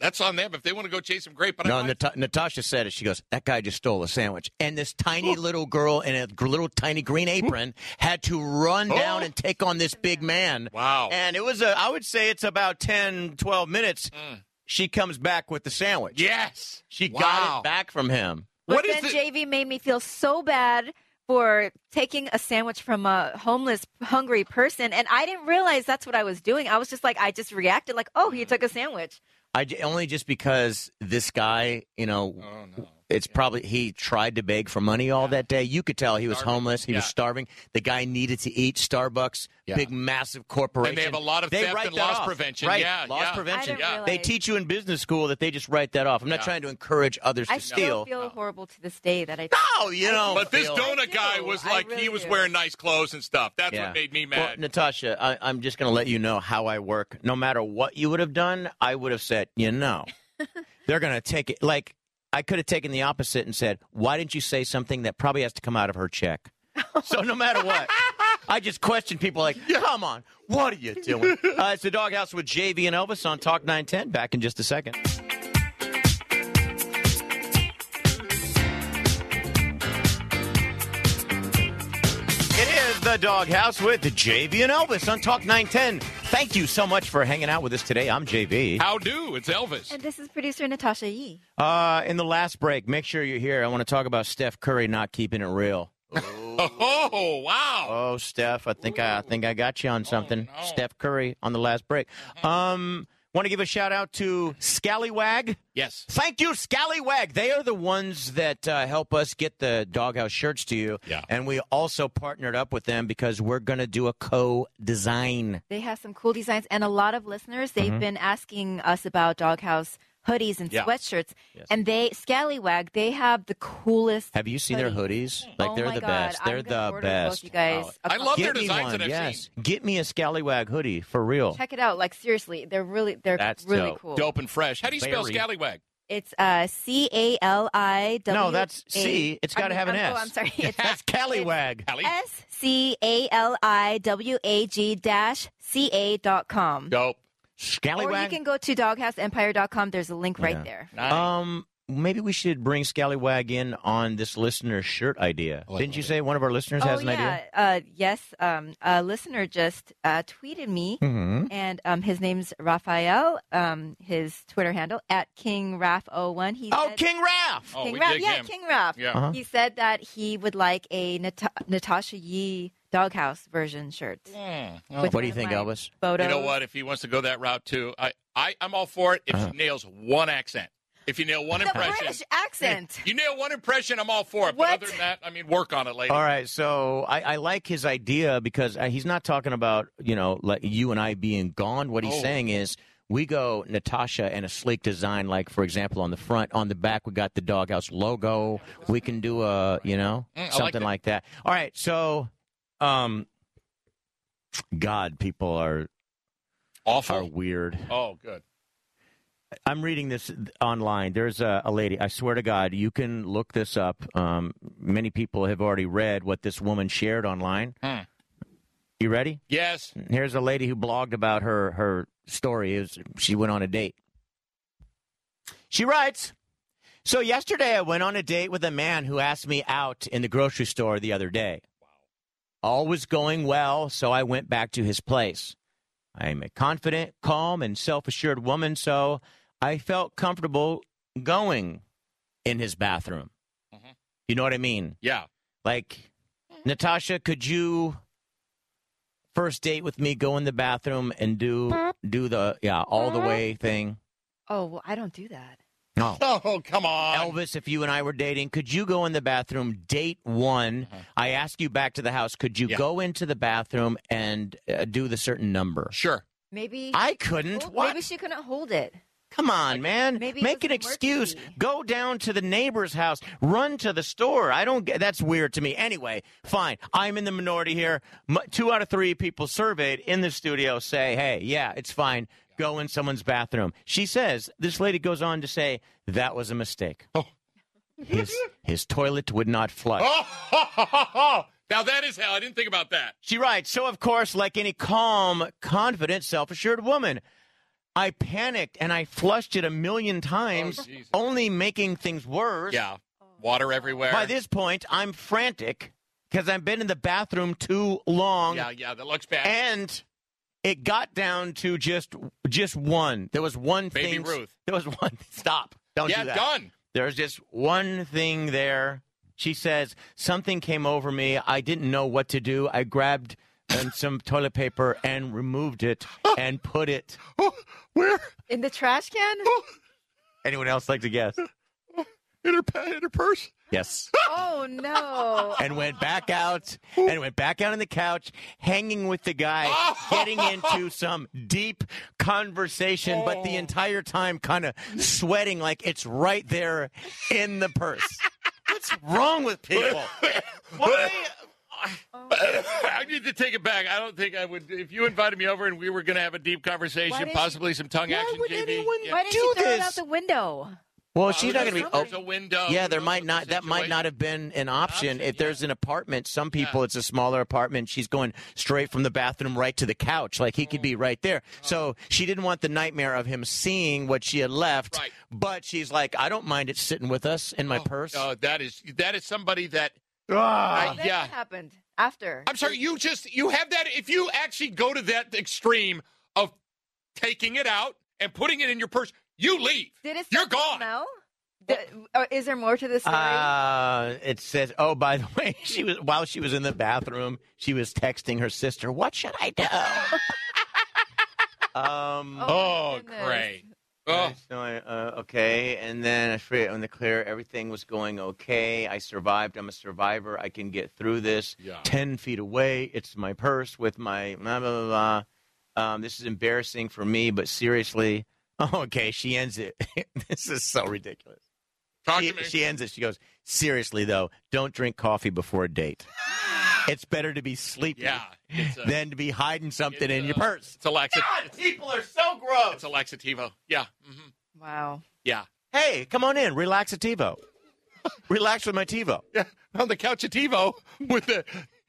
that's on them. If they want to go chase him, great. But I No, might- Nat- Natasha said it. She goes, "That guy just stole a sandwich." And this tiny little girl in a gr- little tiny green apron had to run down Oh. and take on this big man. wow. And it was a I would say it's about 10, 12 minutes. Mm. She comes back with the sandwich. yes, She Wow. got it back from him. But What is then the- JV made me feel so bad for taking a sandwich from a homeless, hungry person, and I didn't realize that's what I was doing. I was just like, I just reacted like, oh, Mm. he took a sandwich. I j- only just because this guy, you know, Oh no. it's probably he tried to beg for money all that day. You could tell he was Starving. homeless. He was Yeah. starving. The guy needed to eat. Starbucks, Yeah. big massive corporation. And they have a lot of They theft write and that loss off. prevention. Right. Yeah, loss yeah. I prevention. didn't yeah. realize. They teach you in business school that they just write that off. I'm not Yeah. trying to encourage others to I steal. still feel horrible to this day that I. No, you know. But this I donut do. guy was I like he really was do. wearing nice clothes and stuff. That's Yeah. what made me Well, mad. Natasha, I, I'm just going to let you know how I work. No matter what you would have done, I would have said, you know, they're going to take it. Like, I could have taken the opposite and said, why didn't you say something that probably has to come out of her check? so, no matter what, I just question people like, come on, what are you doing? uh, it's the Doghouse with JV and Elvis on Talk 910. Back in just a second. It is the Doghouse with JV and Elvis on Talk 910. Thank you so much for hanging out with us today. I'm JV. How do? It's Elvis. And this is producer Natasha Yee. Uh, in the last break, make sure you're here. I want to talk about Steph Curry not keeping it real. (laughs) Oh wow. Oh, Steph, I think I, I think I got you Oh, on something. no. Steph Curry on the last break. Mm-hmm. Um, want to give a shout out to Scallywag. Yes. Thank you, Scallywag. They are the ones that uh, help us get the doghouse shirts to you. Yeah. And we also partnered up with them because we're going to do a co-design. They have some cool designs, and a lot of listeners they've Mm-hmm. been asking us about doghouse hoodies and Yeah. sweatshirts, Yes. and they Scallywag they have the coolest. Have you seen their hoodies? Like oh they're my the God. best. I'm They're gonna the order best. Oh, Both you guys, Wow. I A- love their Get me Oh, designs that one. I've yes. seen. Get me a Scallywag hoodie for real. Check it out. Like seriously, they're really they're That's really dope. cool. Dope and fresh. How do you spell Very. scallywag? It's uh C A L I W. No, that's C. It's I got to mean, have an I'm- S. Oh, I'm sorry. It's (laughs) That's Scallywag. Allie? S C A L I W A G dash C A dot com. Dope. Or you Scallywag. can go to doghouseempire.com. There's a link right Yeah. there. Nice. Um, maybe we should bring Scallywag in on this listener's shirt idea. Oh, I Didn't you love say one of our listeners oh has an yeah. idea? Uh, yes. Um, a listener just uh, tweeted me, Mm-hmm. and um, his name's Raphael. Um, his Twitter handle at King Raph01. He Oh, said, King Raph. Oh, King we Raph. dig Yeah, him. King Raph. Yeah. Uh-huh. He said that he would like a Nat- Natasha Yee doghouse version shirt. Mm. What with do you one of think, my Elvis? Photos. You know what? If he wants to go that route too, I, I I'm all for it. If Uh-huh. she nails one accent, if you nail one The impression, British accent. you nail one impression, I'm all for it. What? But other than that, I mean, work on it, lady. All right, so I, I like his idea because uh, he's not talking about you know like you and I being gone. What he's Oh. saying is we go Natasha and a sleek design, like for example on the front, on the back we got the doghouse logo. We can do a you know Mm, I like something that. like that. All right, so um, God, people are Awful. are weird. Oh, good. I'm reading this online. There's a, a lady. I swear to God, you can look this up. Um, many people have already read what this woman shared online. Hmm. You ready? Yes. Here's a lady who blogged about her her story. Is she went on a date? She writes. So yesterday, I went on a date with a man who asked me out in the grocery store the other day. All was going well, so I went back to his place. I am a confident, calm, and self assured woman, so I felt comfortable going in his bathroom. Mhm. You know what I mean? Yeah. Like, Mm-hmm. Natasha, could you first date with me go in the bathroom and do do the yeah all Mm-hmm. the way thing? Oh, well, I don't do that. No. Oh, come on. Elvis, if you and I were dating, could you go in the bathroom? Date one, I ask you back to the house. Could you Yeah. go into the bathroom and uh, do the certain number? Sure. Maybe I couldn't. Oh, What? Maybe she couldn't hold it. Come on, man. maybe it Make was an an excuse. emergency. Go down to the neighbor's house. Run to the store. I don't get that's weird to me. Anyway, fine. I'm in the minority here. M- two out of three people surveyed in the studio say, hey, yeah, it's fine. Go in someone's bathroom. She says, this lady goes on to say, that was a mistake. Oh. His, his toilet would not flush. Oh, (laughs) now that is hell. I didn't think about that. She writes, so of course, like any calm, confident, self assured woman, I panicked and I flushed it a million times, Oh, Jesus. only making things worse. Yeah. Water everywhere. By this point, I'm frantic because I've been in the bathroom too long. yeah, yeah, that looks bad. And it got down to just just one. There was one Baby thing. Ruth. There was (laughs) one. Stop. Don't yeah, do that. done. There's just one thing there. She says, Something came over me. I didn't know what to do. I grabbed (laughs) um, some toilet paper and removed it and put it. Where? In the trash can? Anyone else like to guess? In her, pa- in her purse? Yes. oh no. And went (laughs) back out and went back out on the couch, hanging with the (laughs) guy, getting into some deep conversation, but the entire time kind of sweating like it's right there in the (laughs) purse. What's wrong with people? (laughs) Why? (laughs) I need to take it back. I don't think I would. If you invited me over and we were going to have a deep conversation, didn't- possibly some tongue Why action, would JB. anyone yeah. Why didn't do you throw it out this? the window? Well, she's not there's going to be. a- There's oh, a window. yeah, Who there knows might what not. the That might not situation- have been an option. Option, if yeah. there's an apartment, some people it's a smaller apartment. She's going straight from the bathroom right to the couch, like he could Oh. be right there. So she didn't want the nightmare of him seeing what she had left. Right. But she's like, I don't mind it sitting with us in my purse. Oh, that is that is somebody that. I- Then yeah, what happened after? I'm sorry. You just you have that. If you actually go to that extreme of taking it out and putting it in your purse, you leave. Did it You're still gone. smell? Did- or is there more to the story? Uh, it says, oh, by the (laughs) way, she was while she was in the bathroom, she was texting her sister, "What should I (laughs) do?" um, Oh, my goodness. great. Oh, So I, uh, okay, and then I forget on the clear, everything was going okay. I survived. I'm a survivor. I can get through this. Yeah. Ten feet away, it's my purse with my blah blah blah. blah. Um, this is embarrassing for me, but seriously. (laughs) Oh, okay, she ends it. (laughs) this is so ridiculous. talk She, to me. she ends it. She goes, seriously though, don't drink coffee before a (laughs) date. it's better to be sleepy yeah, it's a, than to be hiding something in it's your a- purse. It's a laxative. people are so gross. It's a laxativo. Yeah. mhm. Wow. Yeah. Hey, come on in. Relax a TiVo. Relax with my TiVo. Yeah. On the couch at TiVo with the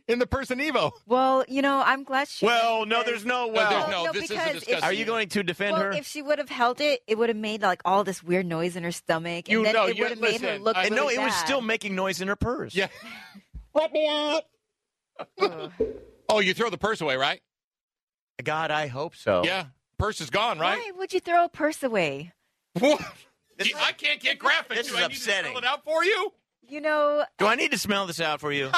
in the person Evo. Well, you know, I'm glad she. Well, no, there's no well. there's no. no, this is a because if- discussion. Are you going to defend Well, her? if she would have held it, it would have made like all this weird noise in her stomach, You and then know, it you- would have made her listen, look. I- and no, really it was bad. still making noise in her purse. Yeah. (laughs) Oh, you throw the purse away, right? God, I hope so. Yeah. Purse is gone, right? Why would you throw a purse away? (laughs) What? Gee, I can't get graphics. this Do is I need upsetting. To spell it out for you. You know, (laughs) Do I need to smell this out for you?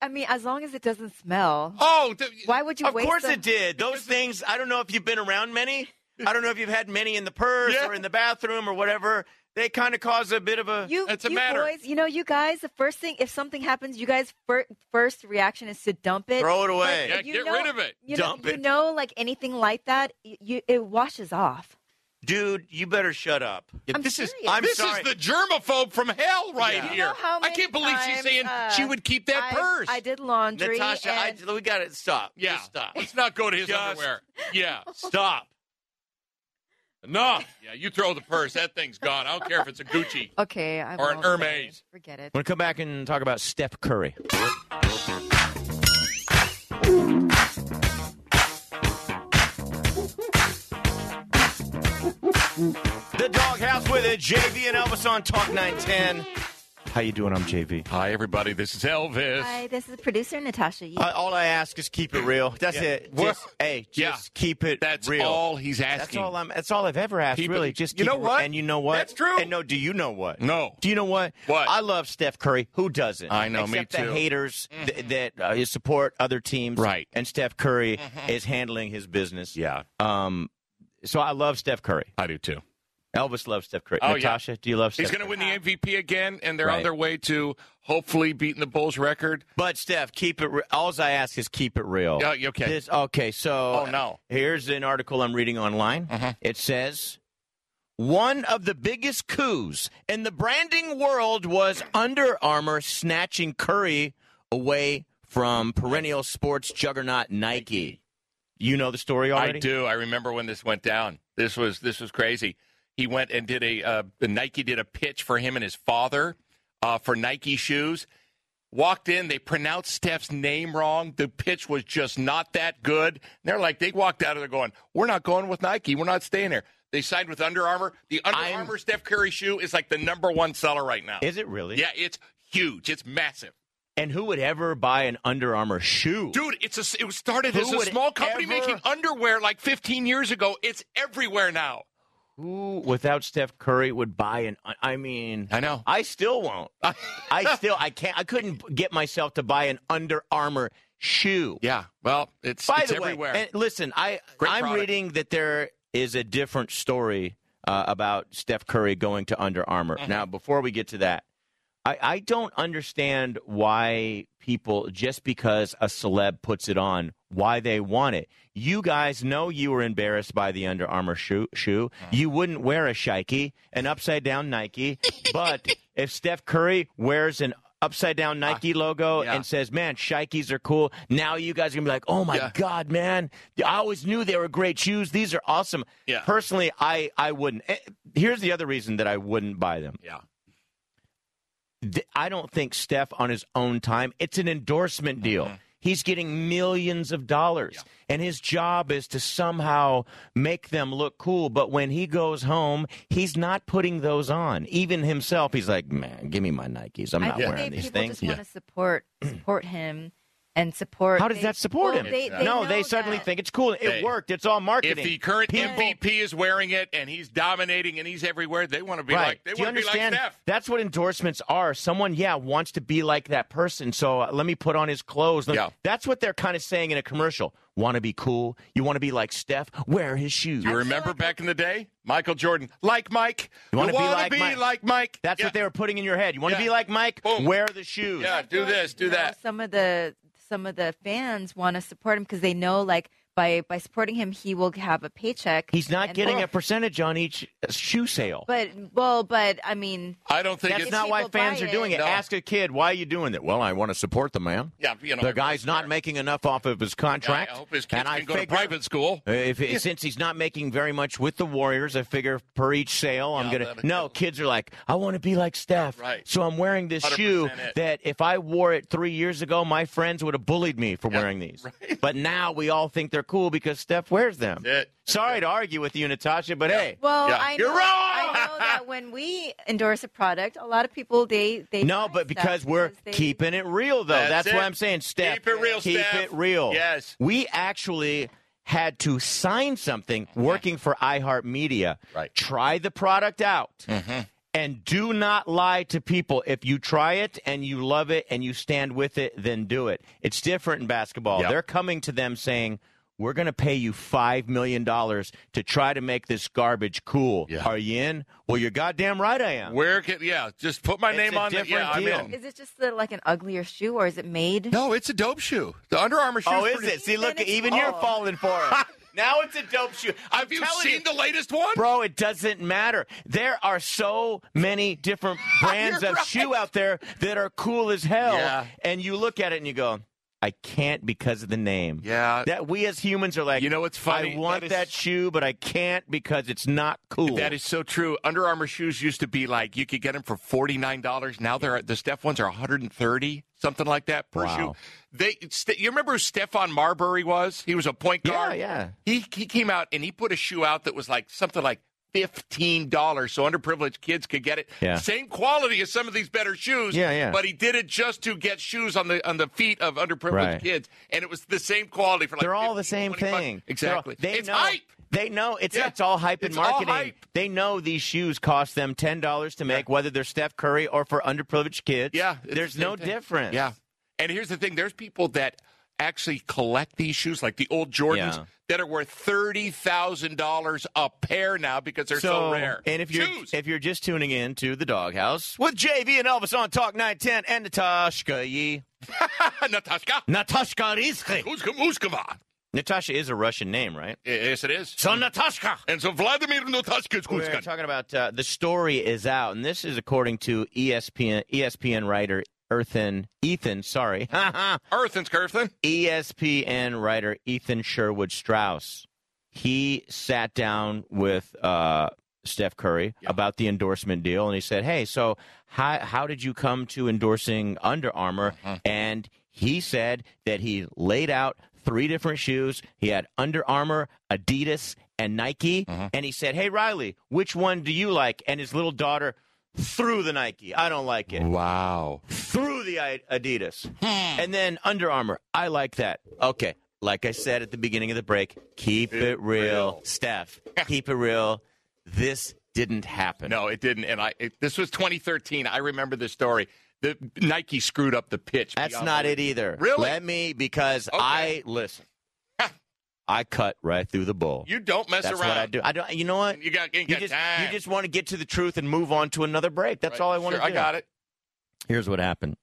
I mean, as long as it doesn't smell. Oh, th- Why would you Of waste course the- it did. Those things, I don't know if you've been around many. I don't know if you've had many in the purse Yeah. or in the bathroom or whatever. They kind of cause a bit of a. You, It's a you matter. boys, you know, you guys, the first thing, if something happens, you guys' fir- first reaction is to dump it. Throw it away. But Yeah, you get know- rid of it. You Dump know, it. You know, like anything like that, y- you, it washes off. Dude, you better shut up. I'm this serious. is- I'm this sorry. is the germaphobe from hell right Yeah. You know here. how I can't many believe she's times, saying uh, she would keep that I- purse. I, did laundry. Natasha, I, and- we got to stop. yeah, Just stop. let's not go to his Just- underwear. Yeah, Stop. (laughs) enough. Yeah, you throw the purse. That thing's gone. I don't care if it's a Gucci. okay, I Or an won't say Hermes. it. Forget it. I'm going to come back and talk about Steph Curry. The Doghouse with it, JV and Elvis on Talk 910. How you doing? I'm JV. Hi, everybody. This is Elvis. Hi, this is producer Natasha. Yee. Uh, all I ask is keep it real. That's it. Well, Just, hey, just yeah. keep it That's real. all he's asking. that's all I'm. That's all I've ever asked. Keep it- really, just You keep know it real. what? And you know what? That's true. And no, do you know what? No. Do you know what? What? I love Steph Curry. Who doesn't? I know, me Except too. Mm-hmm. the haters th- that uh, support other teams. Right. Mm-hmm. And Steph Curry is handling his business. Yeah, Um. So I love Steph Curry. I do too. Elvis loves Steph Curry. Oh, yeah. Natasha, do you love Steph? He's going to Curry? win the MVP again, and they're on Right. their way to hopefully beating the Bulls record. But Steph, keep it. Re- All I ask is keep it real. Yeah, okay. This- okay. So. Oh, no. Mm-hmm. Here's an article I'm reading online. It says. One of the biggest coups in the branding world was Under Armour snatching Curry away from perennial sports juggernaut Nike. You know the story already? I do. I remember when this went down. This was this was crazy. He went and did a uh, Nike did a pitch for him and his father uh, for Nike shoes. Walked in, they pronounced Steph's name wrong. The pitch was just not that good. They're like, they walked out of there going, "We're not going with Nike. We're not staying here." They signed with Under Armour. The Under I'm- Armour Steph Curry shoe is like the number one seller right now. Is it really? yeah, it's huge. It's massive. And who would ever buy an Under Armour shoe? Dude, it's a, it was started Who as a would small company ever- making underwear like 15 years ago. It's everywhere now. Who without Steph Curry would buy an? I mean, I know. I still won't. (laughs) I still, I can't. I couldn't get myself to buy an Under Armour shoe. Yeah. Well, it's, By it's the way, everywhere. and listen, I Great I'm product. reading that there is a different story uh, about Steph Curry going to Under armor Mm-hmm. Now, before we get to that, I, I don't understand why people just because a celeb puts it on, why they want it. You guys know you were embarrassed by the Under Armour shoe. shoe. Mm-hmm. You wouldn't wear a Shikey, an upside down Nike, (laughs) but if Steph Curry wears an upside down Nike logo Ah, yeah. and says, "Man, Shikes are cool," now you guys are gonna be like, "Oh my Yeah. god, man! I always knew they were great shoes. These are awesome." Yeah. Personally, I I wouldn't. Eh, Here's the other reason that I wouldn't buy them. yeah. Th- I don't think Steph on his own time. It's an endorsement Mm-hmm. deal. He's getting millions of dollars, and his job is to somehow make them look cool. But when he goes home, he's not putting those on. Even himself, he's like, "Man, give me my Nikes. I'm I not think wearing they- these people things." just want (clears throat) to support support him and support. How does they- that support well, him? They, they no, know they suddenly that. think it's cool. It They- worked. It's all marketing. If the current People- MVP is wearing it and he's dominating and he's everywhere, they want to be right? like they Do you want to be like understand? Steph. That's what endorsements are. Someone, yeah, wants to be like that person. So uh, let me put on his clothes. Let- Yeah. That's what they're kind of saying in a commercial. Want to be cool? You want to be like Steph? Wear his shoes. You remember back in the day, Michael Jordan, like Mike. You wanna be wanna like Mike. Mike. That's Yeah. what they were putting in your head. You want to Yeah. be like Mike? Boom. Wear the shoes. Yeah, do feel like, this, do you know, that. some of the some of the fans want to support him because they know like by by supporting him he will have a paycheck. He's not And- getting a percentage on each uh, shoe sale. But well, but I mean, I don't think That's it's not why people fans buy are doing it. it. No. Ask a kid, why are you doing that? Well, I want to support the man. Yeah, you know, the guy's not sure. making enough off of his Yeah, contract. I hope his kids and can I go to figure- private school. Uh, (laughs) If, Since he's not making very much with the Warriors, I figure per each sale, I'm Yeah, gonna. that'd be No, cool. kids are like, I want to be like Steph. Right. So I'm wearing this 100% shoe it. that if I wore it three years ago, my friends would have bullied me for wearing (laughs) these. But now we all think they're cool because Steph wears them. That's it. That's Sorry to argue with you, Natasha, but hey, well, Yeah. I know, You're wrong! I know (laughs) that when we endorse a product, a lot of people they they no, buy but stuff because we're because they- keeping it real, though. That's That's, it. what I'm saying, Steph. Keep it real, Keep Steph. it real. Yes. We actually had to sign something working for iHeartMedia. Right. Mm-hmm. Try the product out. And do not lie to people. If you try it and you love it and you stand with it, then do it. It's different in basketball. Yep. They're coming to them saying, We're going to pay you $5 million to try to make this garbage cool. Yeah. Are you in? Well, you're goddamn right I am. Where can yeah? Just put my It's name a on it. Yeah, different deal. I'm in. Is it just the, like an uglier shoe, or is it made? No, it's a dope shoe. The Under Armour shoe. Oh, is pretty- it? See, look, Then it's even you're all. falling for it. (laughs) now it's a dope shoe. I'm Have you telling seen the latest (laughs) one? Bro, it doesn't matter. There are so many different brands (laughs) You're of right. shoe out there that are cool as hell. Yeah. And you look at it and you go, I can't because of the name. Yeah. That we as humans are like, You know what's funny? I want That that, is- shoe, but I can't because it's not cool. That is so true. Under Armour shoes used to be like you could get them for forty nine dollars. Now they're the Steph ones are one hundred and thirty, something like that per Wow. shoe. They, Ste- you remember who Stefan Marbury was? He was a point yeah, guard. yeah. He he came out and he put a shoe out that was like something like fifteen dollars, so underprivileged kids could get it. Yeah. Same quality as some of these better shoes. Yeah, yeah. But he did it just to get shoes on the on the feet of underprivileged Right. kids, and it was the same quality for like. They're all the 15, same 20 bucks. thing. They're all- Exactly. They it's know, hype. They know it's Yeah. it's all hype and It's all marketing. hype. They know these shoes cost them ten dollars to make, whether they're Steph Curry or for underprivileged kids. Yeah, it's there's the same no thing. difference. Yeah, and here's the thing: there's people that actually collect these shoes, like the old Jordans, Yeah. that are worth thirty thousand dollars a pair now because they're so, rare. And if you're shoes. if you're just tuning in to the Doghouse with JV and Elvis on Talk 910 and Natasha Yee. (laughs) Natasha Natasha Rizke. Kuzka- Muskova. Natasha is a Russian name, right? yes, it is. So Natasha. And so Vladimir Natasha We're Kuzka. talking about uh, the story is out, and this is according to E ESPN ESPN writer Ethan Ethan. Sorry, (laughs) Earth and Skirthen. E ESPN writer Ethan Sherwood Strauss. He sat down with uh, Steph Curry about the endorsement deal, and he said, "Hey, so how how did you come to endorsing Under armor And he said that he laid out three different shoes. He had Under Armour, Adidas, and Nike. And he said, "Hey, Riley, which one do you like?" And his little daughter threw the Nike. I don't like it Wow. through the I- Adidas. And then Under Armour. I like that. Okay. Like I said at the beginning of the break, keep it, real. (laughs) Steph. keep it real. This didn't happen. No, it didn't. And I. It, this was 2013. I remember this story. The Nike screwed up the pitch. That's beyond not belief. it either. Really? Let me, because I, listen, I cut right through the bull. You don't mess That's around. what I do. I don't, you know what? You got, you ain't You got just, time. you just want to get to the truth and move on to another break. That's Right. all I want Sure, to do. I got it. Here's what happened.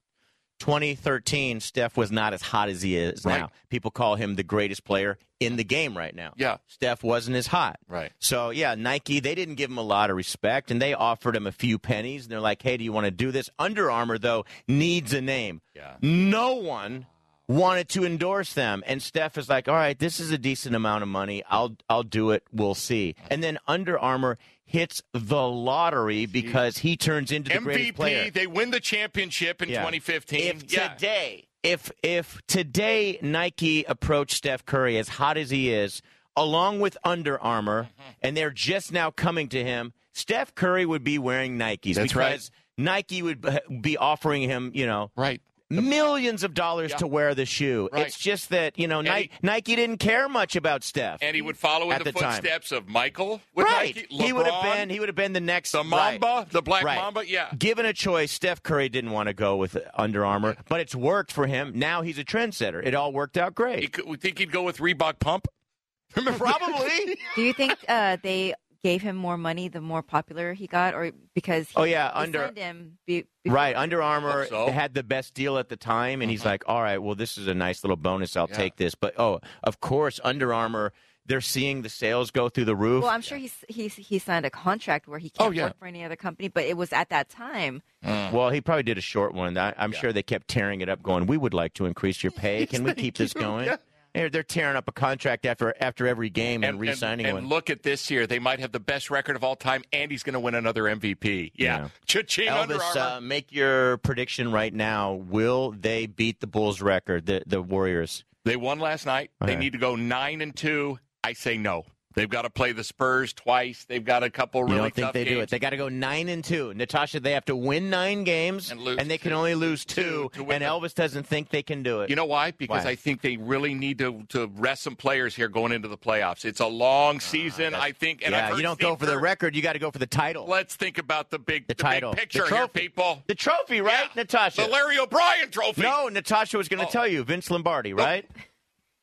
2013, Steph was not as hot as he is Right. now. People call him the greatest player in the game right now. Yeah. Steph wasn't as hot. Right. So, yeah, Nike, they didn't give him a lot of respect and they offered him a few pennies. And they're like, hey, do you want to do this? Under Armour, though, needs a name. Yeah. No one wanted to endorse them. And Steph is like, all right, this is a decent amount of money. I'll, I'll do it. We'll see. And then Under Armour hits the lottery because he turns into the greatest player. MVP. They win the championship in Yeah. 2015. If yeah. today, if if today Nike approached Steph Curry as hot as he is, along with Under Armour, Mm-hmm. and they're just now coming to him, Steph Curry would be wearing Nikes That's because right. Nike would b- be offering him, you know. right. Millions of dollars to wear the shoe. Right. It's just that you know And he- Nike, Nike didn't care much about Steph. And he would follow in At the, the time. footsteps of Michael with right? Nike, he would have LeBron, been. He would have been the next the right. Mamba, the Black Right. Mamba. Yeah. Given a choice, Steph Curry didn't want to go with Under Armour, but it's worked for him. Now he's a trendsetter. It all worked out He great. could, we think he'd go with Reebok Pump. (laughs) Remember? (laughs) Probably. Do you think uh, they gave him more money the more popular he got, or because he, Oh, yeah, they under- signed him be- before- right. Under Armour Hope so. Uh-huh. had the best deal at the time, and he's like, all right, well, this is a nice little bonus. I'll Yeah. take this. But, oh, of course, Under Armour, they're seeing the sales go through the roof. Well, I'm sure he's, he's he signed a contract where he Oh, can't yeah. work for any other company, but it was at that time. Well, he probably did a short one. I, I'm Hmm. Yeah. sure they kept tearing it up, going, "We would like to increase your (laughs) pay. Can we keep this going?" Yeah. They're, they're tearing up a contract after after every game and, re-signing and, one. and look at this year. They might have the best record of all time, and he's going to win another MVP. Yeah. Yeah. Cha-ching, Under Elvis, Armour. uh, make your prediction right now. Will they beat the Bulls record, the the Warriors? they won last night. They Okay. need to go 9 and 2. I say no. They've got to play the Spurs twice. They've got a couple You really don't think tough they games. do it? They got to go nine and two. Natasha, they have to win nine games, And lose they can two. only lose two. Two to win and the- Elvis doesn't think they can do it. You know why? Because Why? I think they really need to, to rest some players here going into the playoffs. It's a long season, I think. And I've Ah, yeah, heard you don't Steve go for the Kerr- record. You got to go for the title, Let's think about the big, The the title. The big picture here, trophy. people. the trophy, right, Yeah. Natasha? The Larry O'Brien Trophy. no, Natasha was going to Oh. tell you Vince Lombardi, right? Oh. (laughs)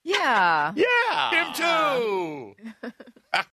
Yeah. Yeah, him too.